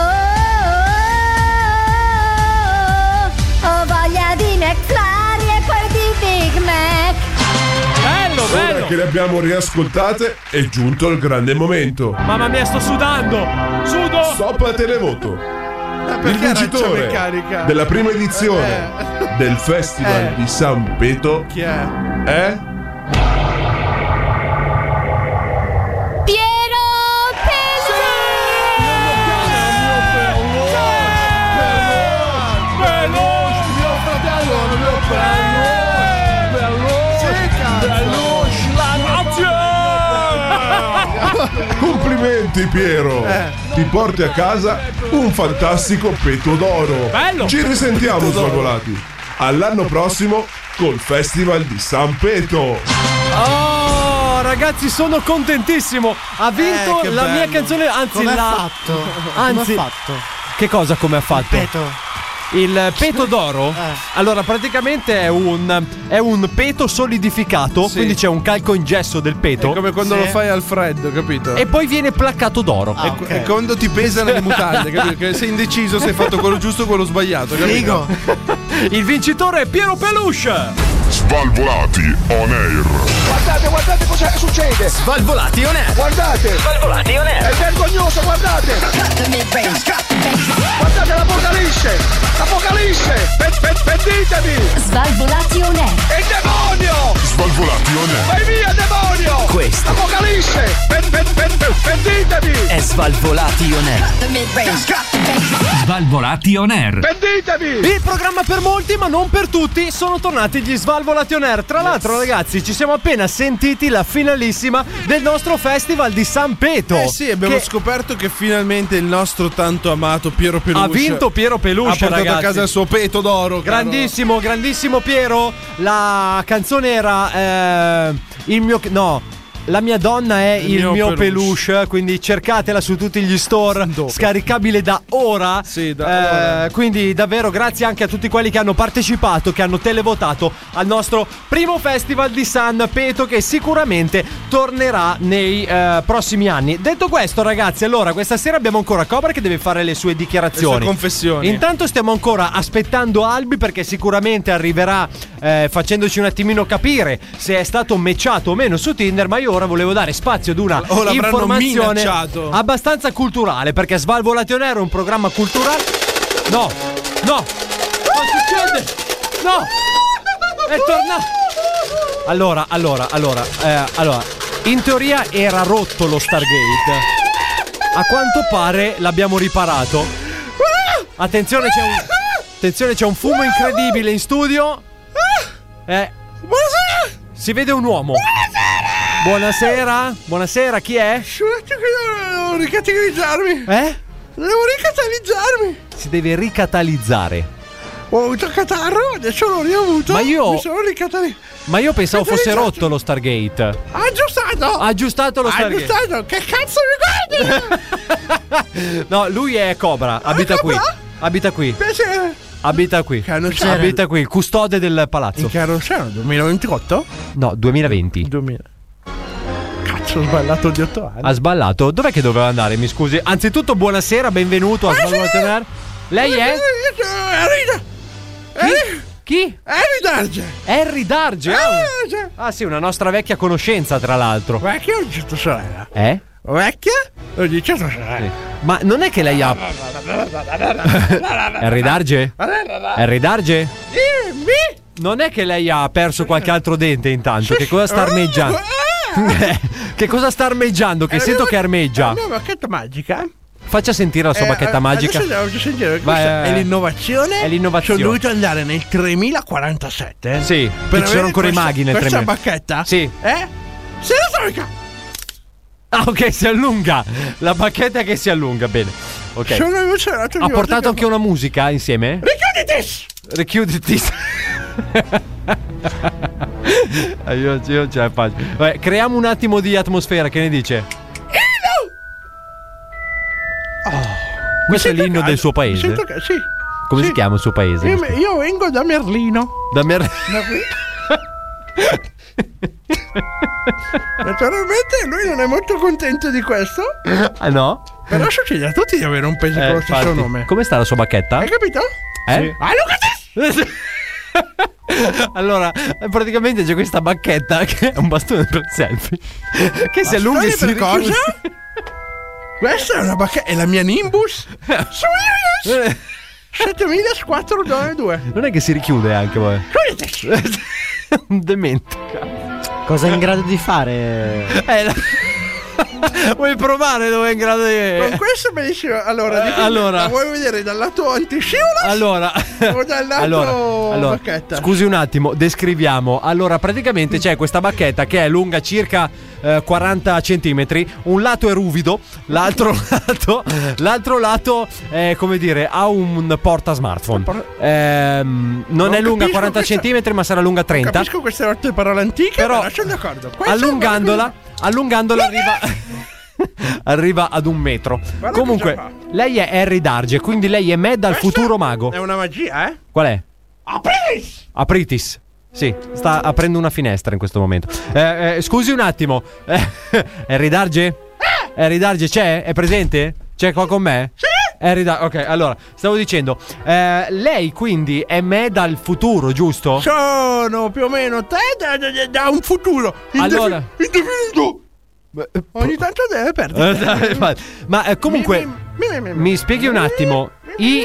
Speaker 11: oh, oh, oh, ho voglia di McFlurry e poi di Big Mac.
Speaker 4: Bello,
Speaker 8: Eh,
Speaker 3: Ora che le abbiamo riascoltate è giunto il grande momento.
Speaker 4: Mamma mia sto sudando Sudo
Speaker 3: Stop televoto Il
Speaker 4: Eh, perché arancia
Speaker 3: vincitore
Speaker 4: meccanica? Eh.
Speaker 3: della prima edizione del Festival di San Peto
Speaker 4: Chi è?
Speaker 3: è
Speaker 11: Piero
Speaker 4: Veloce Mio fratello è il mio pelle Veloce Veloce La mia
Speaker 3: Eh. Complimenti Piero
Speaker 4: Eh.
Speaker 3: Ti porti a casa un fantastico petto d'oro
Speaker 4: Bello.
Speaker 3: Ci risentiamo
Speaker 4: Petto d'oro.
Speaker 3: svalvolati All'anno prossimo col Festival di San Peto
Speaker 8: Oh, ragazzi, sono contentissimo. Ha vinto
Speaker 13: Eh, che
Speaker 8: la mia
Speaker 13: bello.
Speaker 8: canzone. Anzi,
Speaker 13: Come ha
Speaker 8: la... <laughs>
Speaker 13: fatto?
Speaker 8: Anzi,
Speaker 13: Come ha fatto?
Speaker 8: Che cosa come ha fatto? Il peto d'oro,
Speaker 13: Eh.
Speaker 8: allora praticamente è un, è un peto solidificato, quindi c'è un calco in gesso del peto.
Speaker 5: È come quando lo fai al freddo, capito?
Speaker 8: E poi viene placcato d'oro.
Speaker 13: Ah,
Speaker 5: E-
Speaker 4: Eh.
Speaker 5: E quando ti pesano le mutande, capito? Che sei indeciso se hai fatto quello giusto o quello sbagliato. capito?
Speaker 8: Figo. Il vincitore è Piero Peluche.
Speaker 6: Svalvolati on air.
Speaker 4: Guardate, guardate cosa succede! Svalvolati on air! Guardate! Svalvolati on air! È vergognoso, guardate! Guardate l'apocalisse! L'apocalisse! Pe- pe- Pentitevi!
Speaker 23: Svalvolati on air.
Speaker 4: È il demonio!
Speaker 6: Svalvolati on air.
Speaker 4: Vai via, demonio!
Speaker 6: Questo. Eh.
Speaker 4: L'apocalisse! Pe- pe- pe- pe- Pentitevi!
Speaker 24: È Svalvolati on air.
Speaker 25: Svalvolati on air.
Speaker 4: Pentitevi!
Speaker 8: Il programma per molti, ma non per tutti, sono tornati gli Svalvolati on Air. Tra l'altro, ragazzi, ci siamo appena sentiti la finalissima del nostro festival di San Peto.
Speaker 5: Eh sì, abbiamo
Speaker 8: che
Speaker 5: scoperto che finalmente il nostro tanto amato Piero Peluche
Speaker 8: Ha vinto Piero Peluche,
Speaker 5: Ha portato
Speaker 8: ragazzi.
Speaker 5: a casa il suo peto d'oro. caro.
Speaker 8: Grandissimo, grandissimo Piero. La canzone era eh, il mio no la mia donna è il, mio, peluche. quindi cercatela su tutti gli store, scaricabile da ora. Eh, Quindi davvero grazie anche a tutti quelli che hanno partecipato, che hanno televotato al nostro primo festival di San Peto che sicuramente tornerà nei eh, prossimi anni. Detto questo ragazzi, allora questa sera abbiamo ancora Cobra che deve fare le sue dichiarazioni.
Speaker 5: Le sue confessioni.
Speaker 8: Intanto stiamo ancora aspettando Albi perché sicuramente arriverà eh, facendoci un attimino capire se è stato matchato o meno su Tinder, ma io ora volevo dare spazio ad una
Speaker 5: O l'avranno
Speaker 8: informazione
Speaker 5: minacciato.
Speaker 8: abbastanza culturale perché Svalvolation Air è un programma culturale. No, no, cosa succede? No! È tornato! Allora, allora, allora, eh, allora, in teoria era rotto lo Stargate. A quanto pare l'abbiamo riparato. Attenzione, c'è un. Attenzione, c'è un fumo incredibile in studio. Eh. Buonasera! Si vede un uomo. Buonasera! Buonasera, chi è?
Speaker 4: Devo ricategorizzarmi!
Speaker 8: Eh?
Speaker 4: Devo ricategorizzarmi!
Speaker 8: Si deve ricatalizzare.
Speaker 4: Ho avuto il catarro, adesso l'ho riavuto!
Speaker 8: Ma io-
Speaker 4: Mi sono ricategorizzarmi!
Speaker 8: Ma io pensavo fosse rotto lo Stargate.
Speaker 4: Aggiustato!
Speaker 8: Aggiustato Ah, lo Stargate.
Speaker 4: Aggiustato! Che cazzo mi guardi?
Speaker 8: <laughs> No, lui è Ah, Cobra, abita qui. Abita qui.
Speaker 4: Piacere!
Speaker 8: Abita qui.
Speaker 4: c'era.
Speaker 8: Abita qui, il custode del palazzo. In
Speaker 5: Carosano 2028?
Speaker 8: No, 2020.
Speaker 5: 2000. Cazzo, ho sballato di 8 anni.
Speaker 8: Ha sballato. Dov'è che doveva andare? Mi scusi. Anzitutto, buonasera, benvenuto a Svalvolati on Air. Lei
Speaker 4: Eh,
Speaker 8: è? Chi?
Speaker 4: Harry Darge!
Speaker 8: Harry Darge.
Speaker 4: Eh,
Speaker 8: ah. Ah, sì, una nostra vecchia conoscenza, tra l'altro.
Speaker 4: Vecchia o dice tua sorella?
Speaker 8: Eh?
Speaker 4: Vecchia o dice tua sorella?
Speaker 8: Ma non è che lei ha. Harry Darge? Harry Darge?
Speaker 4: Dimmi!
Speaker 8: Non è che lei ha perso qualche altro dente intanto? Che cosa
Speaker 2: <laughs>
Speaker 8: sta armeggiando?
Speaker 4: Eh,
Speaker 8: <laughs> che cosa sta armeggiando? Che sento che armeggia.
Speaker 4: È una bacchetta magica
Speaker 8: Faccia sentire la sua
Speaker 2: Eh,
Speaker 8: bacchetta
Speaker 2: eh,
Speaker 8: magica.
Speaker 2: Adesso andiamo a sentire,
Speaker 8: Vai,
Speaker 2: questa
Speaker 8: vai,
Speaker 2: è
Speaker 8: vai.
Speaker 2: l'innovazione.
Speaker 8: È l'innovazione.
Speaker 2: Sono dovuto andare nel 3047.
Speaker 8: Sì, che
Speaker 2: Per
Speaker 8: c'erano
Speaker 2: avere
Speaker 8: ancora i
Speaker 2: questa-
Speaker 8: maghi nel
Speaker 2: Questa
Speaker 8: 3000.
Speaker 2: bacchetta?
Speaker 8: Sì.
Speaker 2: Eh? Se la troica!
Speaker 8: Ah, ok, si allunga. La bacchetta che si allunga, bene. Ok.
Speaker 2: Sono emozionato.
Speaker 8: Ha portato anche una musica insieme?
Speaker 2: Richiuditi!
Speaker 8: Richiuditi. Ah, <laughs> io, io non ce la faccio. Vabbè, creiamo un attimo di atmosfera, che ne dice? Questo è l'inno del suo
Speaker 2: Mi
Speaker 8: paese.
Speaker 2: sento che- sì.
Speaker 8: Come
Speaker 2: sì.
Speaker 8: si chiama il suo paese?
Speaker 2: Io, io vengo da Merlino.
Speaker 8: Da Mer-
Speaker 2: <laughs>
Speaker 8: <laughs>
Speaker 2: Naturalmente lui non è molto contento di questo.
Speaker 8: Ah, no?
Speaker 2: Però succede a tutti di avere un paese
Speaker 8: Eh,
Speaker 2: con lo stesso
Speaker 8: infatti.
Speaker 2: nome.
Speaker 8: Come sta la sua bacchetta?
Speaker 2: Hai capito?
Speaker 8: Eh?
Speaker 2: Ah, Luca!
Speaker 8: <laughs> Allora, praticamente c'è questa bacchetta che è un bastone per selfie. Che si allunga e si
Speaker 2: per cosa?
Speaker 8: richiude.
Speaker 2: Questa è una bacchetta. È la mia Nimbus? Sirius 7492.
Speaker 8: <laughs> Non è che si richiude anche voi. <laughs> Un demente.
Speaker 13: Cosa è in grado di fare?
Speaker 8: <laughs> Eh, la- <laughs> Vuoi provare dove è in grado
Speaker 2: Con
Speaker 8: di.
Speaker 2: questo è bellissimo. Allora,
Speaker 8: Eh,
Speaker 2: dipende,
Speaker 8: allora.
Speaker 2: la vuoi vedere dal lato antiscivola <laughs>
Speaker 8: Allora,
Speaker 2: o dal lato
Speaker 8: allora, allora,
Speaker 2: bacchetta?
Speaker 8: scusi un attimo, descriviamo. Allora, praticamente c'è questa bacchetta che è lunga circa eh, 40 centimetri. Un lato è ruvido, l'altro <laughs> lato, l'altro lato è come dire, ha un porta smartphone. Ehm, non,
Speaker 2: Non
Speaker 8: è lunga
Speaker 2: capisco
Speaker 8: 40
Speaker 2: questa-
Speaker 8: centimetri, ma sarà lunga 30.
Speaker 2: Capisco queste rotte parole antiche, però, sono d'accordo. Questa è una
Speaker 8: allungandola, allungandola arriva, <laughs> arriva ad un metro. Comunque, lei è Harry Darge, quindi lei è me dal futuro mago.
Speaker 2: È una magia, eh?
Speaker 8: Qual è?
Speaker 2: Apritis!
Speaker 8: Apritis. Sì, sta aprendo una finestra in questo momento. Eh, eh, scusi un attimo, <laughs> eh, Harry Darge? Harry Darge c'è? È presente? C'è qua con me? Eh! Sì! Harry Darge, ok, allora, stavo dicendo, eh, lei quindi è me dal futuro, giusto?
Speaker 2: Sono più o meno te da, da- da un futuro. indefi-
Speaker 8: Allora.
Speaker 2: Indefinito! Ogni tanto deve
Speaker 8: Eh,
Speaker 2: perdere.
Speaker 8: dai, ma- <laughs> Ma eh, comunque, mi spieghi un attimo. I...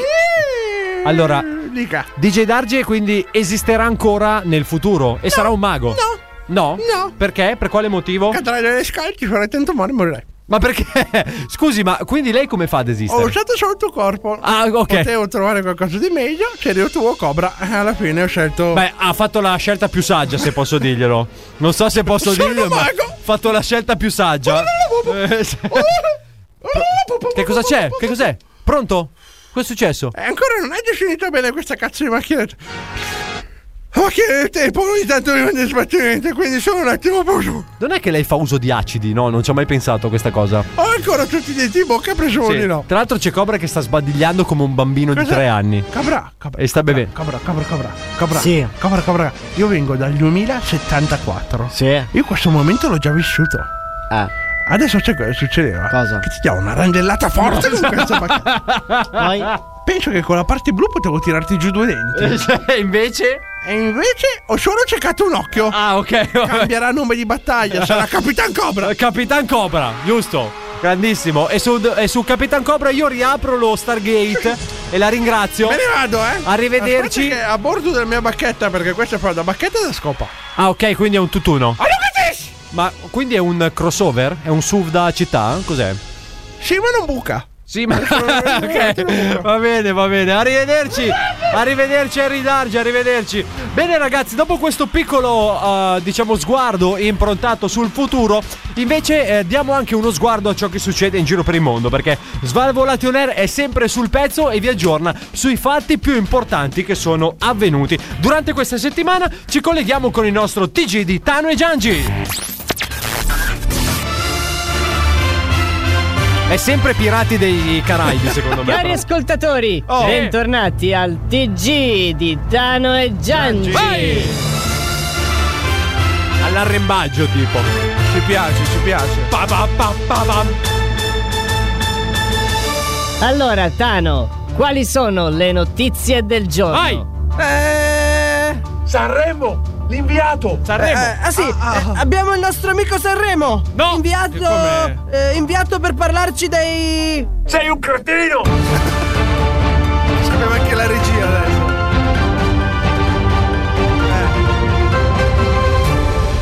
Speaker 8: Allora,
Speaker 2: Eh, Dica.
Speaker 8: DJ Darge quindi esisterà ancora nel futuro e sarà un mago? No.
Speaker 2: No.
Speaker 8: Perché? Per quale motivo?
Speaker 2: Cadrai dalle scale, ti farai tanto male e morirai.
Speaker 8: Ma perché? <laughs> Scusi, ma quindi lei come fa ad
Speaker 2: Ho
Speaker 8: esistere?
Speaker 2: usato solo il tuo corpo.
Speaker 8: Ah, ok.
Speaker 2: Potevo trovare qualcosa di meglio. C'era il tuo cobra. Eh, Alla fine ho scelto. <laughs>
Speaker 8: Beh, ha fatto la scelta più saggia, se posso dirglielo. Non so se posso
Speaker 2: Sono
Speaker 8: dirglielo, ma
Speaker 2: mago.
Speaker 8: ha fatto la scelta più saggia. <laughs> Eh, sì.
Speaker 2: Oh,
Speaker 8: Che cosa c'è? Che cos'è? Pronto? Cosa è successo?
Speaker 2: E Eh, ancora non è definita bene questa cazzo di macchinetta. La macchina del tempo ogni tanto mi manda in sbattimento, quindi sono un attimo pauso.
Speaker 8: Non è che lei fa uso di acidi, no? Non ci ho mai pensato a questa cosa.
Speaker 2: Ho ancora tutti i denti in bocca, presumo Oh, di
Speaker 8: Sì.
Speaker 2: no.
Speaker 8: Tra l'altro c'è Cobra che sta sbadigliando come un bambino di
Speaker 2: Cos'è?
Speaker 8: tre anni.
Speaker 2: Cobra,
Speaker 8: E sta bevendo.
Speaker 2: Cobra, cobra, cobra, cobra.
Speaker 8: Sì.
Speaker 2: Cobra, cobra. Io vengo dal 2074. Sì. Io questo momento l'ho già vissuto. Ah. Adesso c'è cosa succedeva. Cosa? Che ti do una randellata forte con questa bacchetta.
Speaker 13: Poi?
Speaker 2: Penso che con la parte blu potevo tirarti giù due
Speaker 8: <laughs>
Speaker 2: denti.
Speaker 8: E Cioè, invece?
Speaker 2: E invece ho solo cercato un occhio.
Speaker 8: Ah, ok.
Speaker 2: Cambierà nome di battaglia. Sarà Capitan Cobra.
Speaker 8: Capitan Cobra, giusto. Grandissimo. E su, e su Capitan Cobra io riapro lo Stargate e la ringrazio.
Speaker 2: Me ne vado, eh.
Speaker 8: Arrivederci.
Speaker 2: Aspetta che a bordo della mia bacchetta, perché questa fa da bacchetta da scopa.
Speaker 8: Ah, ok, quindi è un tutt'uno.
Speaker 2: Arrivederci!
Speaker 8: Ma quindi è un crossover? È un SUV da città? Cos'è?
Speaker 2: Sì, ma non buca.
Speaker 8: Sì, ma. <laughs> ok, va bene, va bene. Arrivederci. Arrivederci, Harry Darge, arrivederci. Bene, ragazzi, dopo questo piccolo, eh, diciamo, sguardo improntato sul futuro, invece eh, diamo anche uno sguardo a ciò che succede in giro per il mondo. Perché Svalvolati On Air è sempre sul pezzo e vi aggiorna sui fatti più importanti che sono avvenuti. Durante questa settimana ci colleghiamo con il nostro TG di Tano e Giangi. È sempre Pirati dei Caraibi, secondo me.
Speaker 18: Cari
Speaker 8: però.
Speaker 18: ascoltatori,
Speaker 8: Oh.
Speaker 18: bentornati al TG di Tano e Gianni.
Speaker 8: Vai! All'arrembaggio, tipo.
Speaker 2: Ci piace, ci piace.
Speaker 8: Pa, pa, pa, pa, pa.
Speaker 18: Allora, Tano, quali sono le notizie del
Speaker 2: Ah,
Speaker 18: giorno?
Speaker 7: Vai! Eh, Sanremo, l'inviato.
Speaker 18: Sanremo.
Speaker 7: Eh, ah sì, eh, abbiamo il nostro amico Sanremo. No. Inviato, eh, inviato per parlarci dei... Sei un
Speaker 2: <laughs>
Speaker 7: cretino.
Speaker 2: Sapeva anche la regia adesso.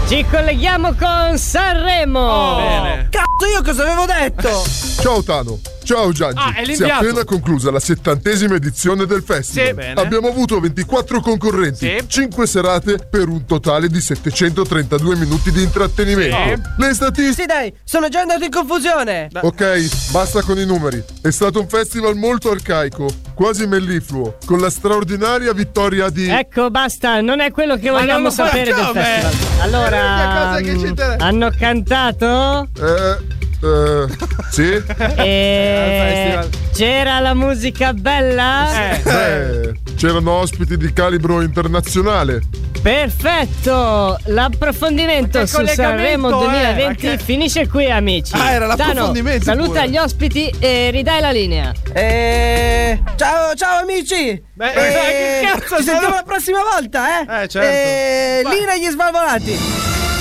Speaker 18: Ci colleghiamo con Sanremo.
Speaker 2: Oh.
Speaker 7: Bene.
Speaker 26: io cosa avevo detto?
Speaker 11: Ciao Tano. Ciao Gianni.
Speaker 26: Ah, è
Speaker 11: si è
Speaker 26: l'inviato.
Speaker 11: appena conclusa la settantesima edizione del festival.
Speaker 27: Sì, bene.
Speaker 11: Abbiamo avuto 24 concorrenti, 5 serate per un totale di 732 minuti di intrattenimento. Le statistiche.
Speaker 26: Sì, dai, sono già andato in confusione.
Speaker 11: Ok, basta con i numeri. È stato un festival molto arcaico, quasi mellifluo, con la straordinaria vittoria di
Speaker 18: Ecco, basta, non è quello che
Speaker 11: Ma non
Speaker 18: vogliamo
Speaker 11: lo fa-
Speaker 18: sapere del
Speaker 11: come?
Speaker 18: festival.
Speaker 11: È l'unica
Speaker 18: Allora, mm,
Speaker 11: cosa che ci interessa.
Speaker 18: hanno cantato?
Speaker 11: Eh, eh, sì?
Speaker 18: E eh, c'era la musica bella?
Speaker 11: Beh, Eh, c'erano ospiti di calibro internazionale.
Speaker 18: Perfetto! L'approfondimento
Speaker 11: Ma che
Speaker 18: su
Speaker 11: collegamento
Speaker 18: Sanremo
Speaker 11: è?
Speaker 18: 2020
Speaker 11: Ma che-
Speaker 18: finisce qui, amici.
Speaker 26: Ah, era l'approfondimento
Speaker 18: Tano, saluta
Speaker 26: pure.
Speaker 18: gli ospiti e ridai la linea.
Speaker 26: Eh, ciao, ciao amici!
Speaker 18: eh, che cazzo
Speaker 26: ci
Speaker 18: sono?
Speaker 26: sentiamo la prossima volta, eh? Eh,
Speaker 18: certo.
Speaker 26: Eh, Lira e gli svalvolati!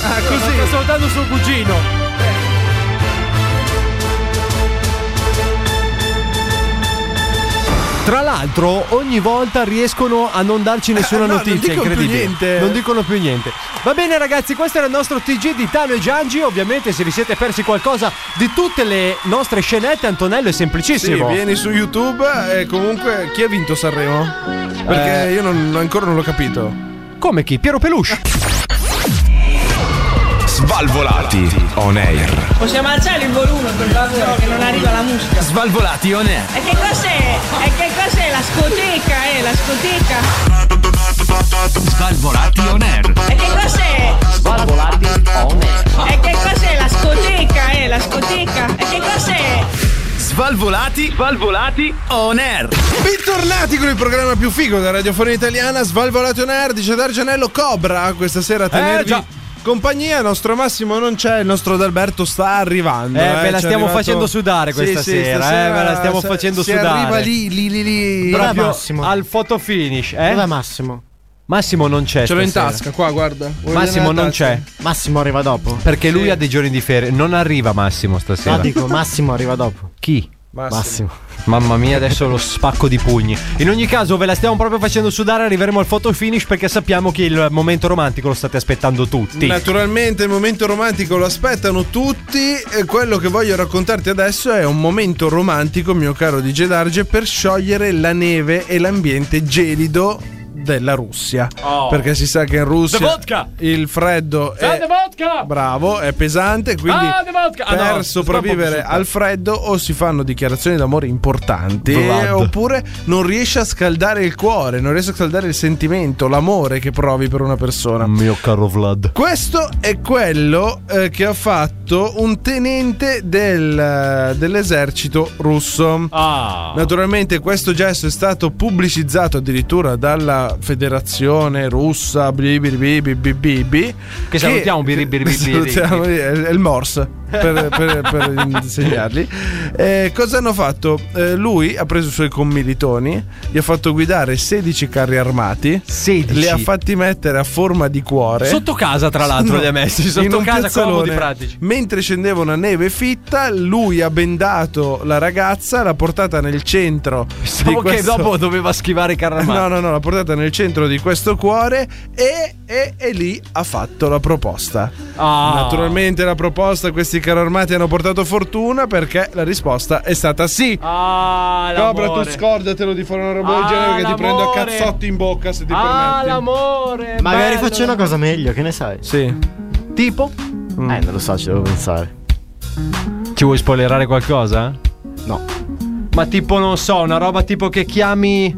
Speaker 6: Ah, così. Sto salutando suo cugino.
Speaker 8: Tra l'altro, ogni volta riescono a non darci nessuna
Speaker 6: No,
Speaker 5: Eh,
Speaker 6: non
Speaker 8: notizia,
Speaker 6: dicono più
Speaker 8: incredibile.
Speaker 6: niente.
Speaker 8: Non dicono più niente. Va bene, ragazzi, questo era il nostro TG di Tano e Giangi. Ovviamente, se vi siete persi qualcosa di tutte le nostre scenette, Antonello è
Speaker 5: Sì,
Speaker 8: semplicissimo.
Speaker 5: vieni su YouTube e comunque chi ha vinto Sanremo? Perché
Speaker 8: Eh.
Speaker 5: io non- ancora non l'ho capito.
Speaker 8: Come chi? Piero Peluche.
Speaker 4: Svalvolati
Speaker 12: Oh,
Speaker 4: on air.
Speaker 17: Possiamo alzare il volume per favore che non arriva la musica.
Speaker 4: Svalvolati on air.
Speaker 17: E che cos'è? E che cos'è la scoteca? Eh, la scoteca.
Speaker 4: Svalvolati on air.
Speaker 17: E che cos'è?
Speaker 4: Svalvolati on air.
Speaker 17: E che cos'è la scoteca? Eh, la scoteca. E che cos'è?
Speaker 4: Svalvolati, svalvolati on air.
Speaker 5: Bentornati con il programma più figo della radiofonia italiana, Svalvolato on Air, dice D'Argenello Cobra, questa sera a
Speaker 8: Eh,
Speaker 5: tenervi
Speaker 6: Eh, già.
Speaker 5: compagnia, il nostro Massimo non c'è, il nostro D'Alberto sta arrivando.
Speaker 6: Eh, ve la
Speaker 5: c'è
Speaker 6: stiamo facendo sudare questa sera, eh, ve la stiamo
Speaker 5: se-
Speaker 6: facendo
Speaker 5: se
Speaker 6: sudare.
Speaker 5: arriva lì, lì, lì, lì.
Speaker 8: Proprio
Speaker 5: proprio-
Speaker 8: al photo finish, eh?
Speaker 5: Dov'è
Speaker 8: Massimo? Massimo non c'è.
Speaker 5: Ce l'ho in
Speaker 8: stasera.
Speaker 5: tasca, qua, guarda. Vuoi
Speaker 8: Massimo
Speaker 5: vedere la
Speaker 8: non
Speaker 5: tasca?
Speaker 8: c'è. Massimo arriva dopo. Perché lui
Speaker 5: Sì.
Speaker 8: ha dei giorni di ferie. Non arriva Massimo stasera.
Speaker 13: No, Ah, dico, Massimo arriva dopo.
Speaker 8: Chi?
Speaker 13: Massimo.
Speaker 8: Mamma mia, adesso lo spacco di pugni. In ogni caso, ve la stiamo proprio facendo sudare. Arriveremo al photo finish perché sappiamo che il momento romantico lo state aspettando tutti.
Speaker 5: Naturalmente il momento romantico lo aspettano tutti e quello che voglio raccontarti adesso è un momento romantico, mio caro DJ Darge, per sciogliere la neve e l'ambiente gelido della Russia.
Speaker 6: Oh.
Speaker 5: Perché si sa che in Russia
Speaker 6: The vodka!
Speaker 5: il freddo
Speaker 8: Eh.
Speaker 5: è
Speaker 6: vodka!
Speaker 5: bravo, è pesante, quindi
Speaker 6: Ah, the vodka! Ah,
Speaker 5: per
Speaker 6: no,
Speaker 5: sopravvivere
Speaker 6: stavo
Speaker 5: al freddo o si fanno dichiarazioni d'amore importanti
Speaker 6: Vlad.
Speaker 5: oppure non riesci a scaldare il cuore, non riesci a scaldare il sentimento, l'amore che provi per una persona.
Speaker 8: Mio caro Vlad.
Speaker 5: Questo è quello eh, che ha fatto un tenente del, eh, dell'esercito russo. Ah. Naturalmente questo gesto è stato pubblicizzato addirittura dalla federazione russa BBBBBB
Speaker 8: Che salutiamo, biribiribiri.
Speaker 5: salutiamo, è è il morse per, per- per insegnarli. Eh, cosa hanno fatto? Eh, lui ha preso i suoi commilitoni, gli ha fatto guidare 16 carri armati,
Speaker 8: 16.
Speaker 5: li ha fatti mettere a forma di cuore.
Speaker 8: Sotto casa, tra l'altro, li ha messi, sotto
Speaker 5: in un
Speaker 8: casa, comodi
Speaker 5: piazzalone.
Speaker 8: pratici.
Speaker 5: Mentre scendeva una neve fitta, lui ha bendato la ragazza, l'ha portata nel centro. di
Speaker 8: Pensavo che
Speaker 5: questo- <laughs>
Speaker 8: dopo doveva schivare i carri armati.
Speaker 5: No, no, no, l'ha portata nel centro di questo cuore e, e- e lì ha fatto la proposta.
Speaker 8: Ah,
Speaker 5: Naturalmente la proposta, questi carri armati hanno portato fortuna perché la risposta è stata sì.
Speaker 6: Ah,
Speaker 5: Cobra, tu scordatelo di fare una roba
Speaker 8: Ah,
Speaker 5: del genere che ti prendo a cazzotti in bocca se ti permetti.
Speaker 18: l'amore!
Speaker 13: Magari faccio una cosa meglio, che ne sai?
Speaker 5: Sì.
Speaker 8: Tipo?
Speaker 13: Eh, non lo so, ci devo pensare.
Speaker 8: Mm. Ci vuoi spoilerare qualcosa?
Speaker 13: No.
Speaker 8: Ma tipo, non so, una roba tipo che chiami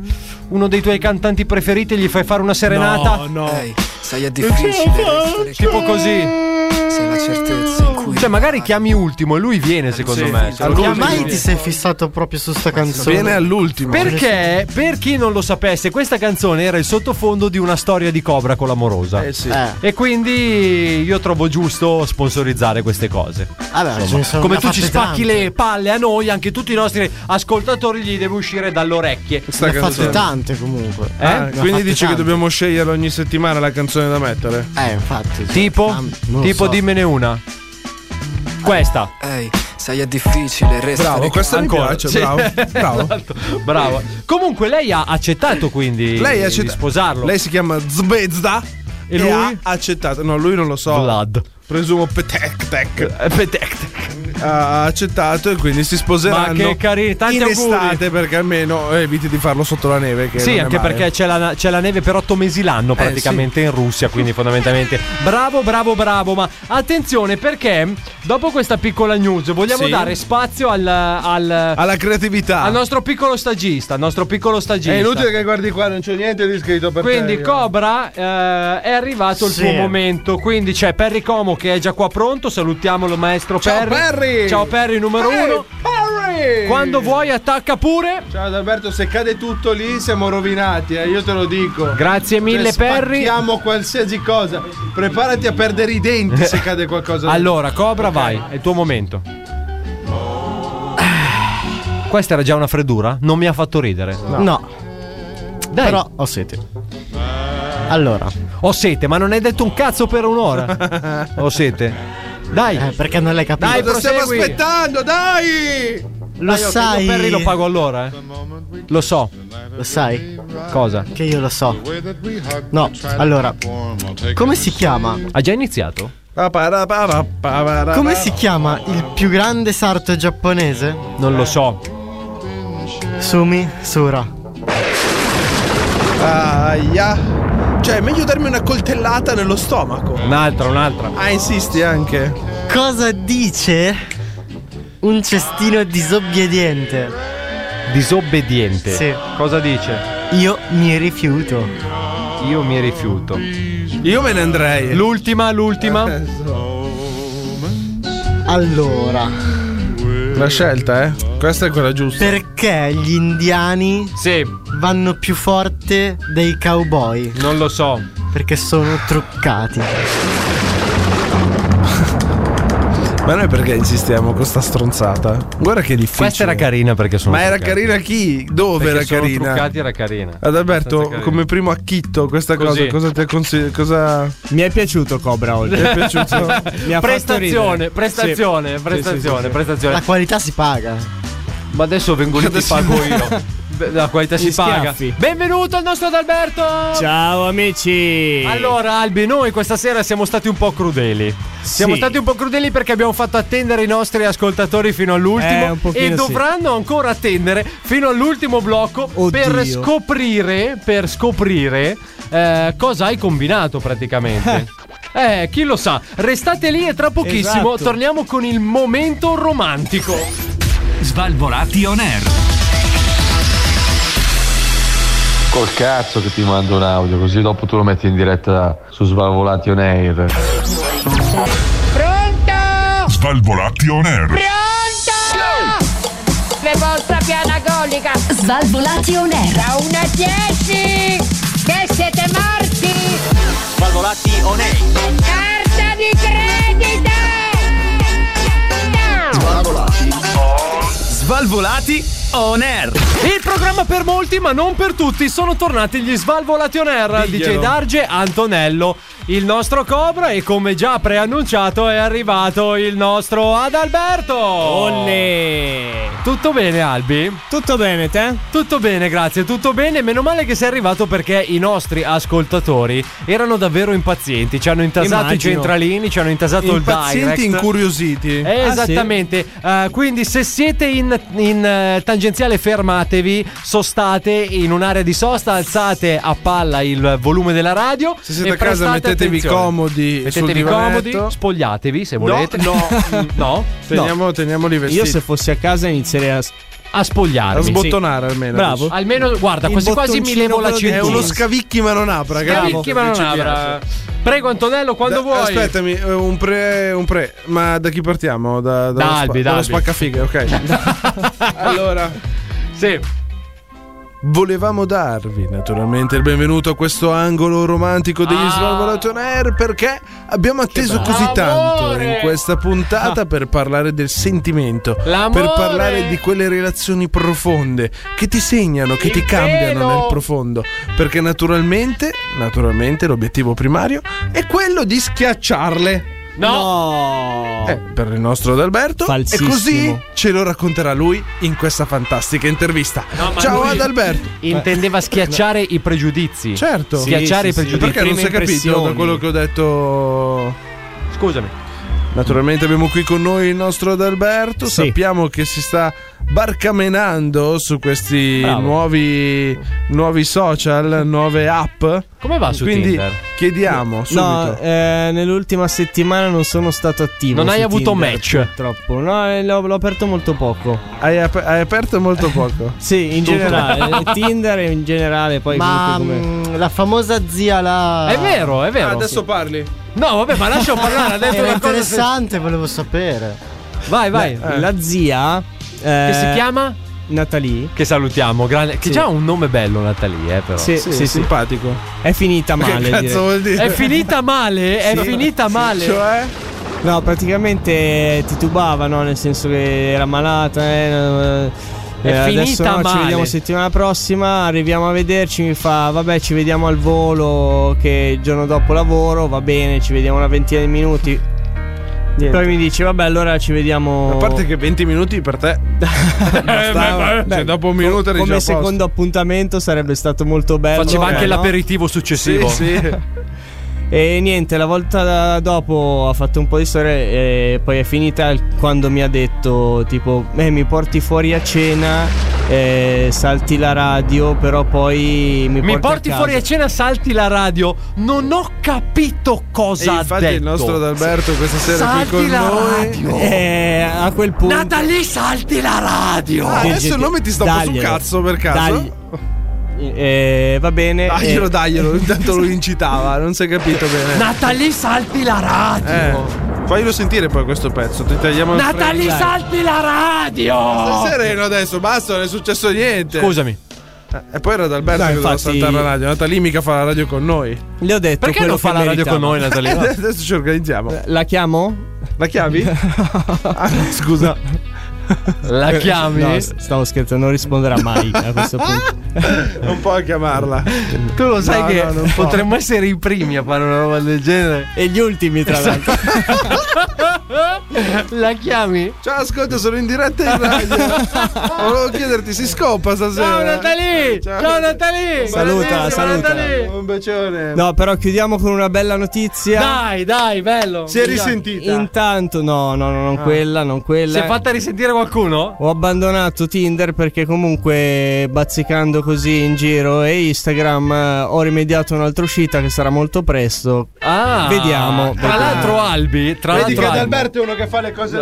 Speaker 8: uno dei tuoi cantanti preferiti e gli fai fare una serenata?
Speaker 5: no.
Speaker 28: Ehi, sai, è difficile. restare
Speaker 8: Tipo così.
Speaker 28: Sei la certezza in cui.
Speaker 8: Cioè, magari chiami ultimo e lui viene, secondo
Speaker 28: Sì,
Speaker 8: me.
Speaker 28: sì,
Speaker 8: Cioè, lo chiami-
Speaker 13: Ormai ti sei fissato proprio su sta canzone.
Speaker 5: all'ultimo.
Speaker 8: Perché, per chi non lo sapesse, questa canzone era il sottofondo di una storia di Cobra con l'amorosa.
Speaker 5: Eh sì.
Speaker 8: E quindi io trovo giusto sponsorizzare queste cose.
Speaker 13: Vabbè, ce ne sono
Speaker 8: Come
Speaker 13: una
Speaker 8: tu ci
Speaker 13: fatta
Speaker 8: spacchi
Speaker 13: tante.
Speaker 8: le palle a noi, anche tutti i nostri ascoltatori gli deve uscire dalle orecchie.
Speaker 13: Ne ha fatte tante comunque.
Speaker 8: Eh?
Speaker 13: Ne ha
Speaker 5: Ah,
Speaker 13: fatte
Speaker 5: quindi dici che
Speaker 13: tante.
Speaker 5: dobbiamo scegliere ogni settimana la canzone da mettere?
Speaker 13: Eh, infatti.
Speaker 8: Tipo?
Speaker 13: non lo
Speaker 8: tipo
Speaker 13: so.
Speaker 8: dimmene una.
Speaker 13: <laughs>
Speaker 8: Questa.
Speaker 28: Ehi, sai, è difficile. Restare
Speaker 8: Bravo, questa mi piace, bravo, bravo. Bravo. Comunque lei ha accettato quindi
Speaker 5: Lei
Speaker 8: di-
Speaker 5: accetta-
Speaker 8: di sposarlo.
Speaker 5: Lei si chiama Zbezda
Speaker 8: E
Speaker 5: e,
Speaker 8: lui?
Speaker 5: lui ha accettato. No, lui non lo so.
Speaker 8: Vlad.
Speaker 5: Presumo Petek Tek.
Speaker 8: Petek Tek.
Speaker 5: ha accettato e quindi si sposeranno
Speaker 8: Ma che carini, tanti
Speaker 5: in
Speaker 8: auguri.
Speaker 5: estate perché almeno eviti di farlo sotto la neve. Che
Speaker 8: Sì,
Speaker 5: non è
Speaker 8: anche
Speaker 5: male.
Speaker 8: perché c'è la, c'è la neve per otto mesi l'anno praticamente in Russia, quindi fondamentalmente bravo, bravo, bravo. Ma attenzione perché dopo questa piccola news vogliamo
Speaker 5: Sì.
Speaker 8: dare spazio al, al-
Speaker 5: alla creatività,
Speaker 8: al nostro piccolo stagista, al nostro piccolo stagista.
Speaker 29: È inutile che guardi qua, non c'è niente di scritto per
Speaker 8: Quindi
Speaker 29: te.
Speaker 8: Cobra eh, è arrivato il
Speaker 29: Sì.
Speaker 8: suo momento, quindi c'è Perry Como che è già qua pronto, salutiamolo maestro
Speaker 29: Ciao,
Speaker 8: Perry.
Speaker 29: Perry!
Speaker 8: Ciao Perry numero
Speaker 29: Ehi,
Speaker 8: uno.
Speaker 29: Perry!
Speaker 8: Quando vuoi attacca pure.
Speaker 29: Ciao Adalberto, se cade tutto lì siamo rovinati, eh, io te lo dico. Eh,
Speaker 8: Grazie
Speaker 5: Cioè,
Speaker 8: mille, Perry.
Speaker 29: Spacchiamo qualsiasi cosa. Preparati a perdere i denti se cade qualcosa.
Speaker 8: Allora, Cobra, vai, è il tuo momento. Questa era già una freddura? Non mi ha fatto ridere.
Speaker 13: No.
Speaker 8: Dai.
Speaker 13: Però ho sete. Allora.
Speaker 8: Ho sete, ma non hai detto un cazzo per un'ora.
Speaker 5: <laughs>
Speaker 8: ho sete. Dai.
Speaker 13: Eh, perché non l'hai capito.
Speaker 8: Dai,
Speaker 13: Lo
Speaker 8: prosegui.
Speaker 13: stiamo
Speaker 5: aspettando, dai!
Speaker 13: Lo
Speaker 8: Dai, ok,
Speaker 13: sai.
Speaker 8: io Perry lo pago allora, eh. Lo so.
Speaker 13: Lo sai?
Speaker 8: Cosa?
Speaker 13: Che io lo so. No, allora. Come si chiama?
Speaker 8: Ha già iniziato?
Speaker 13: Come si chiama il più grande sarto giapponese?
Speaker 8: Non
Speaker 5: Eh.
Speaker 8: lo so.
Speaker 13: Sumi Sura.
Speaker 5: Aia. Cioè, è meglio darmi una coltellata nello stomaco.
Speaker 8: Un'altra, un'altra.
Speaker 5: Ah, insisti anche.
Speaker 13: Cosa dice un cestino disobbediente?
Speaker 8: Disobbediente.
Speaker 13: Sì.
Speaker 8: Cosa dice?
Speaker 13: Io mi rifiuto.
Speaker 8: Io mi rifiuto.
Speaker 5: Io me ne andrei.
Speaker 8: L'ultima, l'ultima.
Speaker 5: Eh.
Speaker 13: Allora,
Speaker 5: La scelta, eh? Questa è quella giusta.
Speaker 13: perché gli indiani vanno più forte dei cowboy?
Speaker 8: Non lo so.
Speaker 13: Perché sono truccati.
Speaker 5: Ma noi perché insistiamo con sta stronzata? Guarda che difficile.
Speaker 8: Questa era carina perché sono
Speaker 5: Ma era
Speaker 8: truccati.
Speaker 5: carina chi? Dove
Speaker 8: Perché
Speaker 5: era
Speaker 8: sono
Speaker 5: carina?
Speaker 8: truccati era carina. Abbastanza
Speaker 5: Adalberto,
Speaker 8: carina.
Speaker 5: come primo acchitto, questa
Speaker 8: Così.
Speaker 5: cosa cosa ti consigli? Cosa... Mi è piaciuto Cobra oggi. Mi è piaciuto.
Speaker 8: Mi ha fatto Prestazione, ridere. prestazione, Sì. prestazione, Sì, sì, sì, sì. prestazione.
Speaker 13: La qualità si paga.
Speaker 8: Ma adesso vengo lì e ti pago io. Beh, La qualità si
Speaker 13: Gli
Speaker 8: paga.
Speaker 13: schiaffi.
Speaker 8: Benvenuto al nostro Adalberto!
Speaker 30: Ciao amici!
Speaker 8: Allora, Albi, noi questa sera siamo stati un po' crudeli. Siamo
Speaker 30: Sì.
Speaker 8: stati un po' crudeli perché abbiamo fatto attendere i nostri ascoltatori fino all'ultimo.
Speaker 30: Eh, un pochino
Speaker 8: e
Speaker 30: sì.
Speaker 8: dovranno ancora attendere fino all'ultimo blocco per scoprire, per scoprire eh, cosa hai combinato praticamente. Eh, chi lo sa? Restate lì e tra pochissimo
Speaker 30: Esatto.
Speaker 8: torniamo con il momento romantico.
Speaker 6: Svalvolati on air.
Speaker 12: Col cazzo che ti mando un audio, così dopo tu lo metti in diretta su Svalvolati on Air.
Speaker 30: Pronto?
Speaker 12: Svalvolati on Air.
Speaker 30: Pronto? Preposta pianagolica!
Speaker 1: Svalvolati on air.
Speaker 30: Da 1 a 10! Che siete morti! Svalvolati on air! Carta di credito!
Speaker 6: Svalvolati. Svalvolati on air.
Speaker 8: Il programma per molti, ma non per tutti, sono tornati gli Svalvolati on Air.
Speaker 30: Diglielo.
Speaker 8: DJ Darge Antonello, il nostro Cobra. E come già preannunciato, è arrivato il nostro Adalberto. Olle! Tutto bene, Albi? Tutto bene, te? Tutto bene, grazie, tutto bene. Meno male che sei arrivato perché i nostri ascoltatori erano davvero impazienti. Ci hanno intasato
Speaker 30: Immagino.
Speaker 8: i centralini, ci hanno intasato il direct.
Speaker 5: Impazienti incuriositi.
Speaker 8: Eh, esattamente. Eh, quindi, se siete in, in, eh, tangenziale, fermatevi, sostate in un'area di sosta, alzate a palla il volume della radio.
Speaker 5: Se siete
Speaker 8: e
Speaker 5: a casa,
Speaker 8: prestate
Speaker 5: mettetevi
Speaker 8: attenzione.
Speaker 5: comodi
Speaker 8: Mettetevi
Speaker 5: sul divanetto.
Speaker 8: comodi, spogliatevi se volete.
Speaker 5: no.
Speaker 8: <laughs> no.
Speaker 5: Teniamo, teniamo lì vestiti.
Speaker 30: Io se fossi a casa inizierei a,
Speaker 8: a spogliarmi.
Speaker 5: A sbottonare almeno.
Speaker 30: Bravo.
Speaker 8: Almeno, guarda,
Speaker 5: Il
Speaker 8: quasi quasi mi
Speaker 5: bottoncino
Speaker 8: levo la
Speaker 5: quello di-
Speaker 8: cintura.
Speaker 5: È uno scavicchi ma non apra,
Speaker 8: Scavicchi, ma non apra. Prego, Antonello, quando vuoi.
Speaker 5: Aspettami, eh, un pre, un pre. Ma da chi partiamo? Da, dallo
Speaker 8: Da Albi,
Speaker 5: spa-
Speaker 8: da
Speaker 5: dallo
Speaker 8: Albi.
Speaker 5: spaccafighe,
Speaker 8: Ah.
Speaker 5: ok. allora.
Speaker 8: <laughs> Sì.
Speaker 5: Volevamo darvi naturalmente il benvenuto a questo angolo romantico degli
Speaker 30: Ah.
Speaker 5: Svalvolato on Air perché abbiamo atteso
Speaker 30: bello.
Speaker 5: così tanto
Speaker 30: L'amore.
Speaker 5: in questa puntata per parlare del sentimento,
Speaker 30: L'amore.
Speaker 5: per parlare di quelle relazioni profonde che ti segnano, che ti cambiano
Speaker 30: velo.
Speaker 5: nel profondo, perché naturalmente, naturalmente l'obiettivo primario è quello di schiacciarle.
Speaker 8: No!
Speaker 5: Eh, per il nostro Adalberto. E
Speaker 30: Falsissimo.
Speaker 5: così ce lo racconterà lui in questa fantastica intervista.
Speaker 8: No, ma
Speaker 5: Ciao
Speaker 8: lui
Speaker 5: Adalberto.
Speaker 8: Intendeva schiacciare i pregiudizi.
Speaker 5: Certo.
Speaker 8: Schiacciare i pregiudizi.
Speaker 5: Perché non si è capito da quello che ho detto.
Speaker 8: Scusami.
Speaker 5: Naturalmente abbiamo qui con noi il nostro Adalberto. Sappiamo che si sta barcamenando su questi nuovi, nuovi social, nuove app.
Speaker 15: Come va su
Speaker 5: Quindi
Speaker 15: Tinder?
Speaker 5: chiediamo subito.
Speaker 17: No, eh, nell'ultima settimana non sono stato attivo.
Speaker 5: Non hai
Speaker 17: su
Speaker 5: avuto
Speaker 17: Tinder,
Speaker 5: match?
Speaker 17: Purtroppo, no, eh, l'ho, l'ho aperto molto poco.
Speaker 5: Hai, aperto molto poco?
Speaker 17: sì, in Tutto.
Speaker 8: Eh,
Speaker 17: generale. Tinder in generale, poi
Speaker 13: Ma
Speaker 17: comunque come-
Speaker 13: mm, la famosa zia la.
Speaker 17: È vero, è vero. Ah, adesso
Speaker 5: parli.
Speaker 17: No, vabbè, ma lascia parlare, ha detto
Speaker 13: Era
Speaker 17: una cosa-
Speaker 13: interessante, volevo sapere.
Speaker 17: Vai, vai.
Speaker 5: eh.
Speaker 17: La zia.
Speaker 13: Che si
Speaker 17: chiama? Natalie.
Speaker 8: Che salutiamo, grande. Che
Speaker 17: Sì.
Speaker 8: già ha un nome bello, Natalie, eh, però.
Speaker 17: Sì, sì, sì.
Speaker 5: simpatico.
Speaker 17: È finita
Speaker 8: Ma che
Speaker 17: male.
Speaker 8: cazzo
Speaker 17: direi.
Speaker 8: vuol dire?
Speaker 17: È finita male? È
Speaker 8: Sì.
Speaker 17: finita
Speaker 8: Sì.
Speaker 17: male.
Speaker 8: Cioè?
Speaker 17: No, praticamente titubava, no? Nel senso che era malata. eh,
Speaker 15: È
Speaker 17: eh, adesso
Speaker 15: finita
Speaker 17: no,
Speaker 15: male.
Speaker 17: ci vediamo settimana prossima, arriviamo a vederci, mi fa vabbè ci vediamo al volo che il giorno dopo lavoro, va bene, ci vediamo una ventina di minuti. Poi mi dice vabbè allora ci vediamo...
Speaker 5: A parte che 20 minuti per te. Bastava. Cioè, dopo un minuto eri già
Speaker 17: Come
Speaker 5: a posto.
Speaker 17: secondo appuntamento sarebbe stato molto bello.
Speaker 8: Faceva anche
Speaker 17: eh, no?
Speaker 8: l'aperitivo successivo.
Speaker 17: Sì, sì. E niente, la volta dopo ha fatto un po' di storie e poi è finita quando mi ha detto tipo "Eh, mi porti fuori a cena, eh, salti la radio, però poi mi,
Speaker 8: Mi
Speaker 17: porti,
Speaker 8: porti
Speaker 17: a casa".
Speaker 8: fuori a cena, salti la radio. Non ho capito cosa
Speaker 5: Eh,
Speaker 17: E
Speaker 8: ha
Speaker 17: infatti
Speaker 8: detto.
Speaker 17: il nostro
Speaker 5: Adalberto questa
Speaker 17: sera
Speaker 8: salti
Speaker 17: qui con
Speaker 8: la
Speaker 17: noi.
Speaker 8: radio.
Speaker 17: Eh, a quel punto
Speaker 8: Natalie, salti la radio.
Speaker 5: Ah, adesso il nome ti sta un po' sul
Speaker 17: Daglielo.
Speaker 5: cazzo per caso.
Speaker 17: Dagli- Eh, va bene.
Speaker 5: Daglielo,
Speaker 17: eh.
Speaker 5: daglielo,
Speaker 17: <laughs>
Speaker 5: intanto lo incitava, non si è capito bene.
Speaker 8: Natalie, salti la radio.
Speaker 5: Eh, faglielo sentire poi questo pezzo, ti tagliamo il
Speaker 8: Natalie,
Speaker 5: frame.
Speaker 8: salti la radio.
Speaker 5: Stai sereno adesso, basta, non è successo niente.
Speaker 8: Scusami.
Speaker 5: Eh, E poi era Adalberto
Speaker 17: Dai,
Speaker 5: che doveva
Speaker 17: infatti-
Speaker 5: saltare la radio. Natalie mica fa la radio con noi.
Speaker 17: Le ho detto
Speaker 5: Perché
Speaker 17: quello
Speaker 5: non fa
Speaker 17: che
Speaker 5: la radio
Speaker 17: meritava.
Speaker 5: con
Speaker 17: <laughs>
Speaker 5: noi, Natalie? <laughs> adesso ci organizziamo.
Speaker 17: Eh, La chiamo? <laughs>
Speaker 5: La chiami? Scusa.
Speaker 8: La chiami?
Speaker 17: No, stavo scherzando, non risponderà mai a questo punto.
Speaker 5: Non puoi chiamarla.
Speaker 8: Tu lo sai
Speaker 17: No,
Speaker 8: che
Speaker 17: no, non può.
Speaker 8: potremmo essere i primi a fare una roba del genere. Esatto.
Speaker 17: E gli ultimi, tra l'altro. <laughs>
Speaker 8: La chiami?
Speaker 5: Ciao, ascolta, sono in diretta in
Speaker 17: <laughs>
Speaker 5: radio. Volevo chiederti, si scopa stasera?
Speaker 17: Ciao,
Speaker 8: Natalie! Ciao, Natalie!
Speaker 17: Saluta, saluta.
Speaker 5: Un bacione.
Speaker 17: No, però chiudiamo con una bella notizia.
Speaker 8: Dai, dai, bello.
Speaker 17: Dai. Intanto, no, no, no, non
Speaker 8: Ah.
Speaker 17: quella, non quella.
Speaker 8: Si è fatta risentire qualcuno?
Speaker 17: Ho abbandonato Tinder perché comunque bazzicando così in giro e Instagram eh, ho rimediato un'altra uscita che sarà molto presto.
Speaker 8: Ah,
Speaker 17: Vediamo.
Speaker 8: Tra l'altro, Albi. Tra
Speaker 17: Vedi
Speaker 8: l'altro,
Speaker 17: che
Speaker 8: Albi-
Speaker 17: Adalberto
Speaker 5: è uno che fa le cose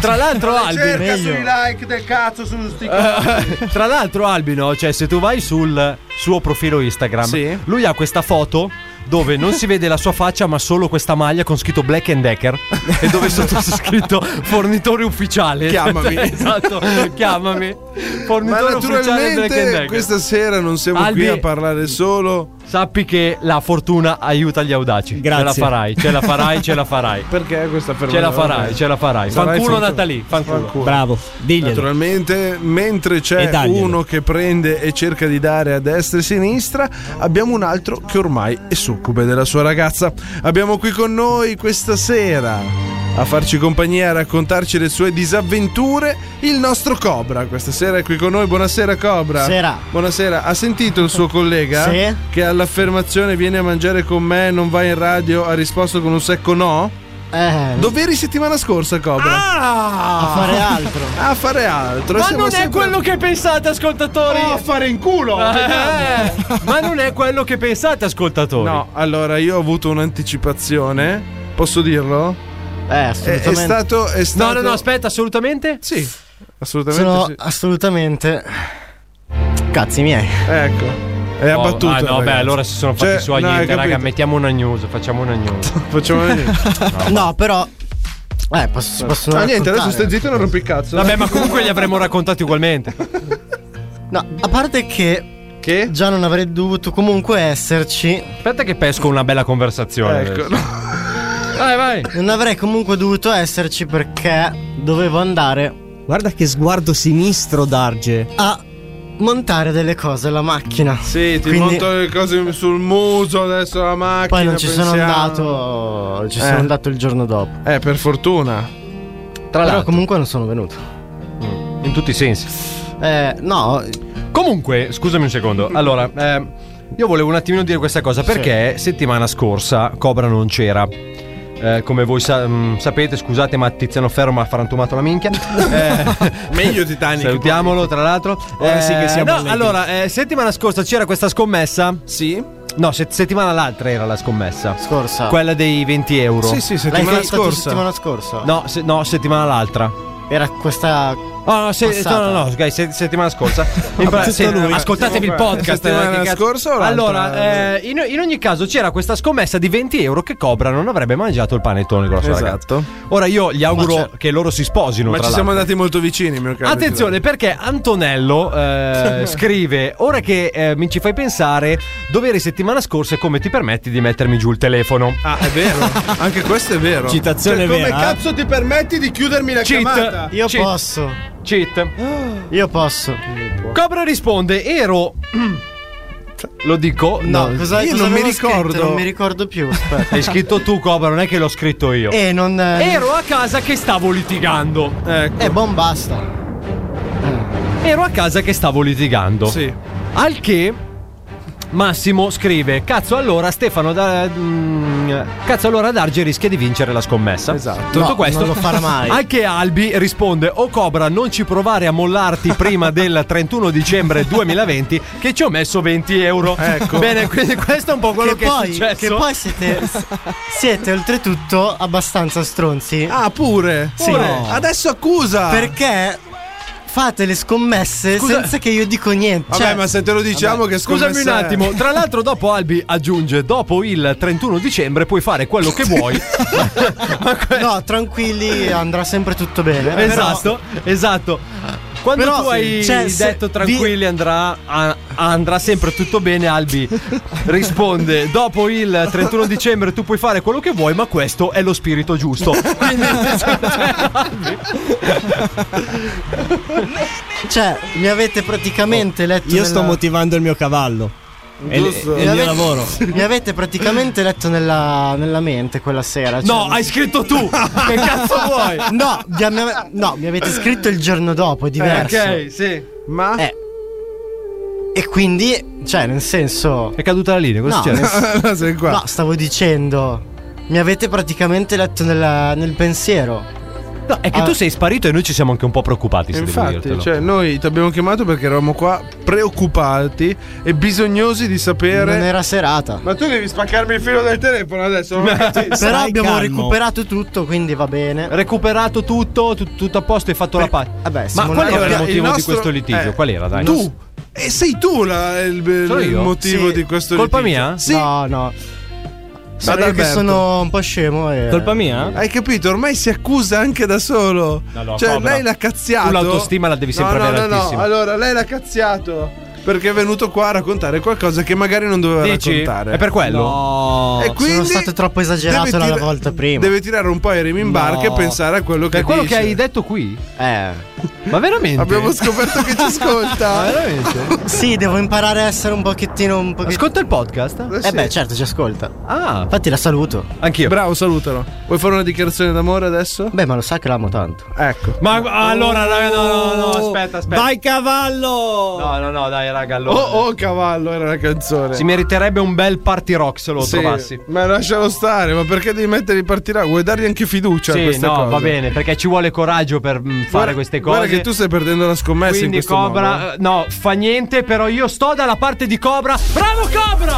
Speaker 8: Tra l'altro, Albi.
Speaker 17: Cerca sui
Speaker 5: like del cazzo su sti
Speaker 8: Eh, Tra l'altro, Albino, cioè, se tu vai sul suo profilo Instagram,
Speaker 5: Sì.
Speaker 8: lui ha questa foto dove non si vede la sua faccia, ma solo questa maglia con scritto Black and Decker e dove sotto c'è scritto fornitore ufficiale.
Speaker 5: Chiamami.
Speaker 8: <laughs> esatto, chiamami.
Speaker 5: Ma
Speaker 8: Fornitore ufficiale Black and
Speaker 5: naturalmente
Speaker 8: Decker.
Speaker 5: questa sera non siamo
Speaker 8: Albi-
Speaker 5: qui a parlare solo
Speaker 8: Sappi che la fortuna aiuta gli audaci.
Speaker 5: Grazie.
Speaker 8: Ce la farai, ce la farai, ce la farai.
Speaker 5: perché questa
Speaker 8: Ce la farai, ce la farai. Fanculo Natalì, fanculo.
Speaker 17: Bravo, diglielo.
Speaker 5: Naturalmente, mentre
Speaker 17: E
Speaker 5: c'è
Speaker 17: daglielo.
Speaker 5: uno che prende e cerca di dare a destra e a sinistra, abbiamo un altro che ormai è succube della sua ragazza. Abbiamo qui con noi questa sera a farci compagnia e a raccontarci le sue disavventure il nostro Cobra. Questa sera è qui con noi. Buonasera Cobra.
Speaker 13: Sera.
Speaker 5: Buonasera. Ha sentito il suo collega
Speaker 13: Sì.
Speaker 5: che all'affermazione vieni a mangiare con me, non vai in radio, ha risposto con un secco no?
Speaker 13: Eh.
Speaker 5: Dove eri settimana scorsa, Cobra?
Speaker 8: Ah!
Speaker 13: A fare altro.
Speaker 5: A fare altro.
Speaker 8: Ma
Speaker 5: Siamo
Speaker 8: non è
Speaker 5: sempre- Oh,
Speaker 8: quello che pensate, ascoltatori!
Speaker 5: No, a fare in culo!
Speaker 8: Eh, ma non è quello che pensate, ascoltatori.
Speaker 5: No, allora io ho avuto un'anticipazione. Posso dirlo?
Speaker 13: Eh,
Speaker 5: assolutamente. È, è stato, è stato.
Speaker 8: No, no, no, aspetta, assolutamente?
Speaker 5: Sì, assolutamente.
Speaker 13: Sono
Speaker 5: sì.
Speaker 13: assolutamente. Cazzi miei.
Speaker 5: Ecco. È
Speaker 8: Oh,
Speaker 5: abbattuto.
Speaker 8: ah, no, beh,
Speaker 5: ragazzi.
Speaker 8: allora si sono fatti
Speaker 5: Cioè,
Speaker 8: i suoi.
Speaker 5: no, hai
Speaker 8: niente, raga,
Speaker 5: capito?
Speaker 8: mettiamo una news. Facciamo una
Speaker 5: <laughs>
Speaker 8: news.
Speaker 5: Facciamo una news.
Speaker 13: No, però. Eh, posso. <laughs> posso
Speaker 5: Ah, niente, adesso
Speaker 13: raccontare?
Speaker 5: stai zitto e non rompi il cazzo.
Speaker 8: Vabbè, ma comunque li avremmo raccontati ugualmente.
Speaker 13: No, a parte che.
Speaker 5: Che?
Speaker 13: Già non avrei dovuto comunque esserci.
Speaker 8: Aspetta, che pesco una bella conversazione.
Speaker 5: Ecco.
Speaker 8: adesso. Vai, vai.
Speaker 13: Non avrei comunque dovuto esserci perché dovevo andare
Speaker 17: Guarda che sguardo sinistro, Darge.
Speaker 13: a montare delle cose alla macchina.
Speaker 5: Sì, ti
Speaker 13: Quindi-
Speaker 5: monto le cose sul muso, adesso la macchina.
Speaker 13: Poi non ci sono
Speaker 5: pensiamo.
Speaker 13: andato. Ci sono
Speaker 5: Eh.
Speaker 13: andato il giorno dopo.
Speaker 5: Eh, per fortuna.
Speaker 13: Tra Però
Speaker 8: l'altro-
Speaker 13: comunque non sono venuto.
Speaker 8: In tutti i sensi.
Speaker 13: Eh, no.
Speaker 8: Comunque, scusami un secondo. Allora, ehm, io volevo un attimino dire questa cosa perché settimana scorsa Cobra non c'era. eh, come voi sa- mh, sapete, scusate, ma Tiziano Ferro mi ha frantumato
Speaker 13: <laughs>
Speaker 8: la minchia. Eh,
Speaker 5: Meglio Titanic.
Speaker 8: Salutiamolo, tra l'altro.
Speaker 5: Ora sì che siamo
Speaker 8: no,
Speaker 5: allegri.
Speaker 8: allora, eh, settimana scorsa c'era questa scommessa?
Speaker 5: Sì.
Speaker 8: No, se- settimana l'altra era la scommessa.
Speaker 13: Scorsa.
Speaker 8: Quella dei 20 euro.
Speaker 13: Sì, sì, L'hai settimana fatto scorsa. settimana scorsa?
Speaker 8: No, se- no, settimana l'altra.
Speaker 13: Era questa.
Speaker 8: No, no, se-
Speaker 13: passata.
Speaker 8: no, no, no, ok, se- settimana
Speaker 13: <laughs>
Speaker 8: scorsa.
Speaker 13: Vabbè,
Speaker 8: Infatti,
Speaker 13: tutto lui.
Speaker 8: ascoltatevi il
Speaker 13: Vabbè,
Speaker 8: podcast.
Speaker 13: settimana
Speaker 8: eh, che cazzo-
Speaker 13: scorsa o l'altra?
Speaker 5: Ah,
Speaker 8: Allora, eh, in, in ogni caso c'era questa scommessa di 20 euro che Cobra non avrebbe mangiato il panettone con la sua
Speaker 5: Esatto.
Speaker 8: ragazza. Ora io gli auguro
Speaker 5: Ma certo.
Speaker 8: che loro si sposino.
Speaker 5: Ma
Speaker 8: tra
Speaker 5: ci siamo
Speaker 8: l'altro.
Speaker 5: andati molto vicini, mio caro.
Speaker 8: Attenzione perché Antonello
Speaker 5: <laughs>
Speaker 8: eh, scrive: Ora che eh, mi ci fai pensare, dove eri settimana scorsa e come ti permetti di mettermi giù il telefono?
Speaker 5: Ah, è vero.
Speaker 13: <laughs>
Speaker 5: Anche questo è vero. Cioè,
Speaker 8: Citazione
Speaker 5: come
Speaker 8: vera, eh?
Speaker 5: cazzo ti permetti di chiudermi la
Speaker 8: Cheat.
Speaker 5: chiamata?
Speaker 8: Io Cheat.
Speaker 13: posso.
Speaker 5: <gasps>
Speaker 8: Cheat.
Speaker 13: Io posso.
Speaker 8: Cobra risponde: Ero. <clears throat> Lo dico.
Speaker 13: No, cosa- cosa avevo scritto? Non mi
Speaker 8: ricordo.
Speaker 13: ricordo Eh, più. Aspetta.
Speaker 8: Hai scritto tu, Cobra, non è che l'ho scritto io.
Speaker 13: Eh, non. eh,
Speaker 8: Ero a casa che stavo litigando. Ecco.
Speaker 13: Eh, bon, basta.
Speaker 8: Ero a casa che stavo litigando. Sì. Al che Massimo scrive: Cazzo, allora Stefano da. mm, Cazzo, allora Darge rischia di vincere la scommessa. Esatto. Tutto
Speaker 13: No,
Speaker 8: questo.
Speaker 13: non lo farà mai.
Speaker 8: Al che Albi risponde: O Cobra, non ci provare a mollarti prima del 31 dicembre 2020, che ci ho messo 20 euro.
Speaker 13: Ecco.
Speaker 8: Bene, quindi questo è un po' quello che,
Speaker 13: poi,
Speaker 8: è successo.
Speaker 13: Che poi siete, siete oltretutto abbastanza stronzi.
Speaker 5: Ah, pure.
Speaker 13: Sì.
Speaker 5: Pure. Adesso accusa.
Speaker 13: Perché fate le scommesse
Speaker 8: Scusa-
Speaker 13: senza che io dico niente.
Speaker 8: Cioè-
Speaker 13: Cioè-
Speaker 5: diciamo
Speaker 8: Vabbè. Scusami
Speaker 5: <laughs>
Speaker 8: un attimo, tra l'altro dopo Albi aggiunge dopo il 31 dicembre puoi fare quello che <laughs> vuoi.
Speaker 13: no, tranquilli, andrà sempre tutto bene.
Speaker 8: esatto, esatto. Quando
Speaker 13: Però
Speaker 8: tu hai
Speaker 13: sì, cioè, se-
Speaker 8: detto tranquilli andrà, a- andrà sempre tutto bene, <laughs> Albi risponde dopo il 31 dicembre tu puoi fare quello che vuoi, ma questo è lo spirito <laughs> giusto. Quindi cioè,
Speaker 13: Però, Cioè, mi avete praticamente letto.
Speaker 4: Io sto
Speaker 13: nella-
Speaker 4: motivando il mio cavallo. È,
Speaker 13: Mi
Speaker 4: è il mio
Speaker 13: avete-
Speaker 4: lavoro.
Speaker 13: <laughs> Mi avete praticamente letto nella, nella mente quella sera. cioè-
Speaker 8: No, hai scritto tu. Che cazzo vuoi? <laughs>
Speaker 13: No, vi ame- no, mi avete scritto il giorno dopo, è diverso.
Speaker 8: ok, sì. Ma
Speaker 13: Eh, E quindi, cioè, nel senso.
Speaker 8: È caduta la linea,
Speaker 13: no,
Speaker 8: cosa c'è?
Speaker 5: <laughs>
Speaker 13: nel- No, stavo dicendo. Mi avete praticamente letto nella- nel pensiero.
Speaker 8: No, è che tu sei sparito e noi ci siamo anche un po' preoccupati, se devo
Speaker 5: Infatti,
Speaker 8: dirtelo.
Speaker 5: cioè, noi ti abbiamo chiamato perché eravamo qua preoccupati e bisognosi di sapere.
Speaker 13: Non era serata.
Speaker 5: Ma tu devi spaccarmi il filo del telefono adesso.
Speaker 13: Però abbiamo recuperato tutto, quindi va bene.
Speaker 8: Recuperato tutto, tu- tutto a posto e fatto la pace.
Speaker 13: Vabbè,
Speaker 8: Ma
Speaker 13: siamo
Speaker 8: qual
Speaker 13: là-
Speaker 8: era il
Speaker 5: allora, il
Speaker 8: motivo di
Speaker 5: nostro-
Speaker 8: questo litigio?
Speaker 5: eh,
Speaker 8: Qual era, dai?
Speaker 5: Tu! E sei tu la- il,
Speaker 8: Sono
Speaker 5: il
Speaker 8: io?
Speaker 5: motivo
Speaker 8: Sì.
Speaker 5: di questo
Speaker 8: Colpa
Speaker 5: litigio.
Speaker 8: mia?
Speaker 5: Sì.
Speaker 13: No, no. Sarà che
Speaker 5: Adalberto.
Speaker 13: sono un po' scemo.
Speaker 8: Eh.
Speaker 13: E...
Speaker 5: Hai capito? Ormai si accusa anche da solo.
Speaker 8: No, no,
Speaker 5: cioè,
Speaker 8: Cobra.
Speaker 5: lei l'ha cazziato.
Speaker 8: Tu l'autostima la devi sempre
Speaker 5: no,
Speaker 8: avere
Speaker 5: no, no,
Speaker 8: altissima.
Speaker 5: No, allora lei l'ha cazziato. Perché è venuto qua a raccontare qualcosa che magari non doveva
Speaker 8: Dici?
Speaker 5: raccontare.
Speaker 8: È per quello? No.
Speaker 5: E quindi
Speaker 13: sono stato troppo esagerato
Speaker 5: deve
Speaker 13: la
Speaker 5: tira-
Speaker 13: volta prima.
Speaker 5: Deve tirare un po' i remi in barca
Speaker 8: No.
Speaker 5: e pensare a quello che
Speaker 8: Per quello
Speaker 5: dice.
Speaker 8: che hai detto qui?
Speaker 13: Eh.
Speaker 8: Ma veramente?
Speaker 5: Abbiamo
Speaker 13: <laughs>
Speaker 5: scoperto che ci ascolta.
Speaker 8: Ma veramente?
Speaker 13: Sì, devo imparare a essere un pochettino. Un pochettino...
Speaker 8: Ascolta il podcast?
Speaker 13: Eh beh, certo, ci ascolta.
Speaker 8: Ah.
Speaker 13: Infatti la saluto.
Speaker 8: Anch'io.
Speaker 5: Bravo, salutalo. Vuoi fare una dichiarazione d'amore adesso?
Speaker 13: Beh, ma lo sa che l'amo tanto.
Speaker 5: Ecco.
Speaker 8: Ma allora, raga, no, no, no, aspetta, aspetta.
Speaker 4: Vai cavallo!
Speaker 8: No, no, no, dai, raga,
Speaker 5: Oh,
Speaker 8: allora.
Speaker 5: oh, cavallo, era la canzone.
Speaker 8: Si meriterebbe un bel party rock se lo
Speaker 5: Sì,
Speaker 8: trovassi.
Speaker 5: Ma lascialo stare, ma perché devi mettere in partirà? Vuoi dargli anche fiducia a
Speaker 8: sì,
Speaker 5: questa
Speaker 8: no,
Speaker 5: cosa?
Speaker 8: va bene, perché ci vuole coraggio per mm, fare
Speaker 5: Cioè, Guarda-
Speaker 8: queste cose.
Speaker 5: Guarda che tu stai perdendo la scommessa in
Speaker 8: Quindi
Speaker 5: questo
Speaker 8: Cobra,
Speaker 5: modo.
Speaker 8: eh, no, fa niente, però io sto dalla parte di Cobra. Bravo Cobra!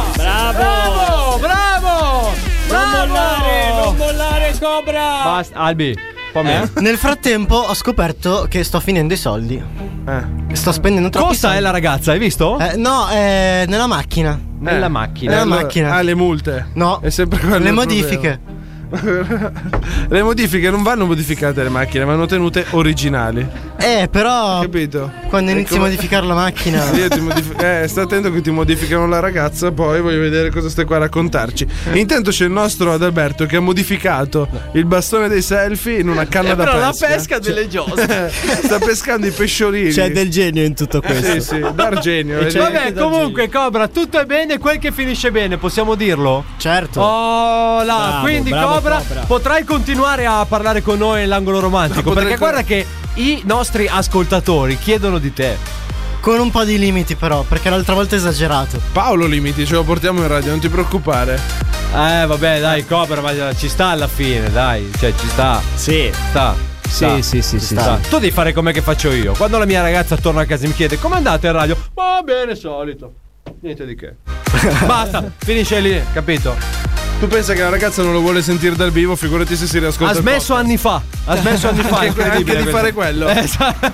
Speaker 8: Bravo! Bravo!
Speaker 4: Non mollare, non mollare Cobra!
Speaker 8: Basta, Albi, un po'
Speaker 5: Eh?
Speaker 8: meno.
Speaker 13: Nel frattempo ho scoperto che sto finendo i soldi.
Speaker 5: Eh.
Speaker 13: Sto spendendo troppo.
Speaker 8: Cosa è la ragazza, hai visto?
Speaker 13: no, è nella macchina.
Speaker 8: Nella macchina.
Speaker 13: Nella
Speaker 5: Allora-
Speaker 13: macchina.
Speaker 5: Ah, le multe.
Speaker 13: No.
Speaker 5: È sempre quello
Speaker 13: Le
Speaker 5: il
Speaker 13: modifiche.
Speaker 5: <laughs> Le modifiche non vanno modificate le macchine, vanno tenute originali.
Speaker 13: Eh, però.
Speaker 5: Capito?
Speaker 13: Quando
Speaker 5: È
Speaker 13: inizi
Speaker 5: come-
Speaker 13: a modificare la macchina.
Speaker 5: <laughs> Io ti modif- eh, sta attento che ti modificano la ragazza, poi voglio vedere cosa stai qua a raccontarci.
Speaker 13: Eh.
Speaker 5: Intanto c'è il nostro Adalberto che ha modificato il bastone dei selfie in una canna da pesca.
Speaker 4: però
Speaker 5: Cioè,
Speaker 4: la pesca delle giose.
Speaker 5: sta
Speaker 13: <laughs>
Speaker 5: pescando i pesciolini. Eh,
Speaker 4: C'è del genio in tutto questo.
Speaker 5: Sì, sì, d'argenio.
Speaker 4: E
Speaker 5: eh.
Speaker 4: c'è
Speaker 8: Vabbè, comunque, Cobra, tutto è bene quel che finisce bene, possiamo dirlo?
Speaker 13: Certo.
Speaker 8: Oh, là,
Speaker 4: Bravo,
Speaker 8: quindi
Speaker 4: bravo,
Speaker 8: Cobra,
Speaker 4: Cobra.
Speaker 8: potrai continuare a parlare con noi nell'angolo romantico, perché guarda che i nostri ascoltatori chiedono di te.
Speaker 13: Con un po' di limiti, però, perché l'altra volta è esagerato.
Speaker 5: Paolo Limiti, ce lo portiamo in radio, non ti preoccupare.
Speaker 8: Eh, vabbè, dai, Cobra, ma ci sta alla fine, dai. Cioè, ci sta.
Speaker 17: Sì.
Speaker 8: Sta.
Speaker 17: Sì,
Speaker 8: sta,
Speaker 17: sì, sì,
Speaker 8: ci
Speaker 17: sì,
Speaker 8: sta.
Speaker 17: sì.
Speaker 8: Tu devi fare come che faccio io. Quando la mia ragazza torna a casa e mi chiede come andate in radio, va bene, solito. Niente
Speaker 5: <laughs>
Speaker 8: di che. Basta, finisce lì, capito?
Speaker 5: Tu pensa che la ragazza non lo vuole sentire dal vivo, figurati se si riascolta.
Speaker 8: Ha
Speaker 5: il
Speaker 8: smesso anni fa. Ha smesso anni fa.
Speaker 5: <laughs> Anche-
Speaker 8: è incredibile
Speaker 5: anche di fare
Speaker 8: questo.
Speaker 5: quello.
Speaker 8: Esatto.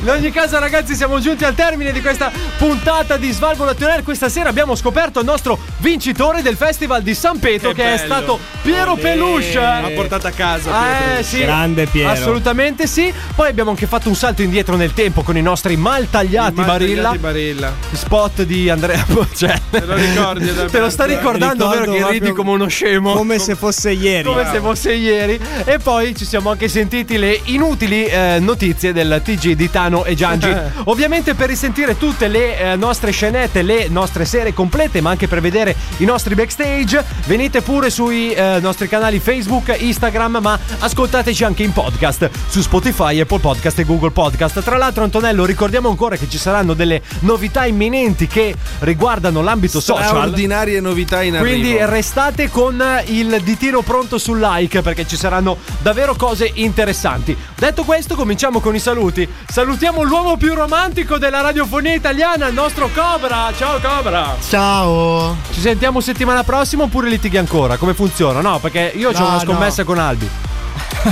Speaker 8: In ogni caso, ragazzi, siamo giunti al termine di questa puntata di Svalvola Air. Questa sera abbiamo scoperto il nostro vincitore del Festival di San Pietro, che, è
Speaker 5: bello.
Speaker 8: stato Piero
Speaker 5: Olè.
Speaker 8: Peluche.
Speaker 5: L'ha portata a casa, Piero
Speaker 8: Eh,
Speaker 5: Peluche.
Speaker 8: sì.
Speaker 5: Grande Piero.
Speaker 8: Assolutamente sì. Poi abbiamo anche fatto un salto indietro nel tempo con i nostri mal tagliati
Speaker 5: mal tagliati
Speaker 8: barilla.
Speaker 5: Barilla.
Speaker 8: Spot di Andrea <laughs> Bocelli. Te
Speaker 5: lo ricordi, Adalberto?
Speaker 8: Te lo sta ricordando,
Speaker 5: Ricordo
Speaker 8: vero? Che ridi
Speaker 5: proprio
Speaker 8: come uno scemo.
Speaker 17: Come se fosse ieri.
Speaker 8: Come se fosse ieri. E poi ci siamo anche sentiti le inutili eh, notizie del TG di Tano e Giangi. Ovviamente per risentire tutte le eh, nostre scenette, le nostre serie complete, ma anche per vedere i nostri backstage, venite pure sui eh, nostri canali Facebook, Instagram, ma ascoltateci anche in podcast su Spotify, Apple Podcast e Google Podcast. Tra l'altro Antonello, ricordiamo ancora che ci saranno delle novità imminenti che riguardano l'ambito social.
Speaker 5: Straordinarie novità in arrivo.
Speaker 8: Quindi restate con eh, il di tiro pronto sul like perché ci saranno davvero cose interessanti. Detto questo, cominciamo con i saluti. Salutiamo l'uomo più romantico della radiofonia italiana, il nostro Cobra. Ciao Cobra.
Speaker 13: Ciao.
Speaker 8: Ci sentiamo settimana prossima oppure litighi ancora? Come funziona? No, perché io ho
Speaker 13: No,
Speaker 8: una scommessa
Speaker 13: no.
Speaker 8: con Albi.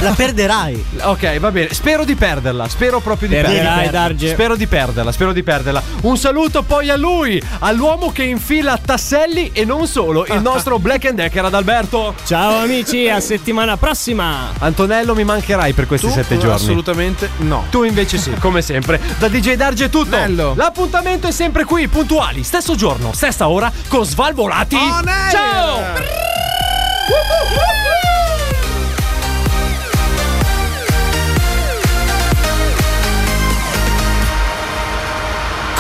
Speaker 13: La perderai.
Speaker 8: Ok, va bene. Spero di perderla. Spero proprio di
Speaker 13: Perderai,
Speaker 8: perderla.
Speaker 13: Darge.
Speaker 8: Spero di perderla. Spero di perderla. Un saluto poi a lui, all'uomo che infila tasselli e non solo,
Speaker 13: <laughs>
Speaker 8: il nostro Black and Decker ad Alberto.
Speaker 17: Ciao amici, a settimana prossima.
Speaker 8: Antonello, mi mancherai per questi sette giorni.
Speaker 5: Assolutamente no.
Speaker 8: Tu invece sì, come sempre. Da DJ Darge è tutto. L'appuntamento è sempre qui, puntuali, stesso giorno, stessa ora, con Svalvolati.
Speaker 30: On air!
Speaker 8: Ciao!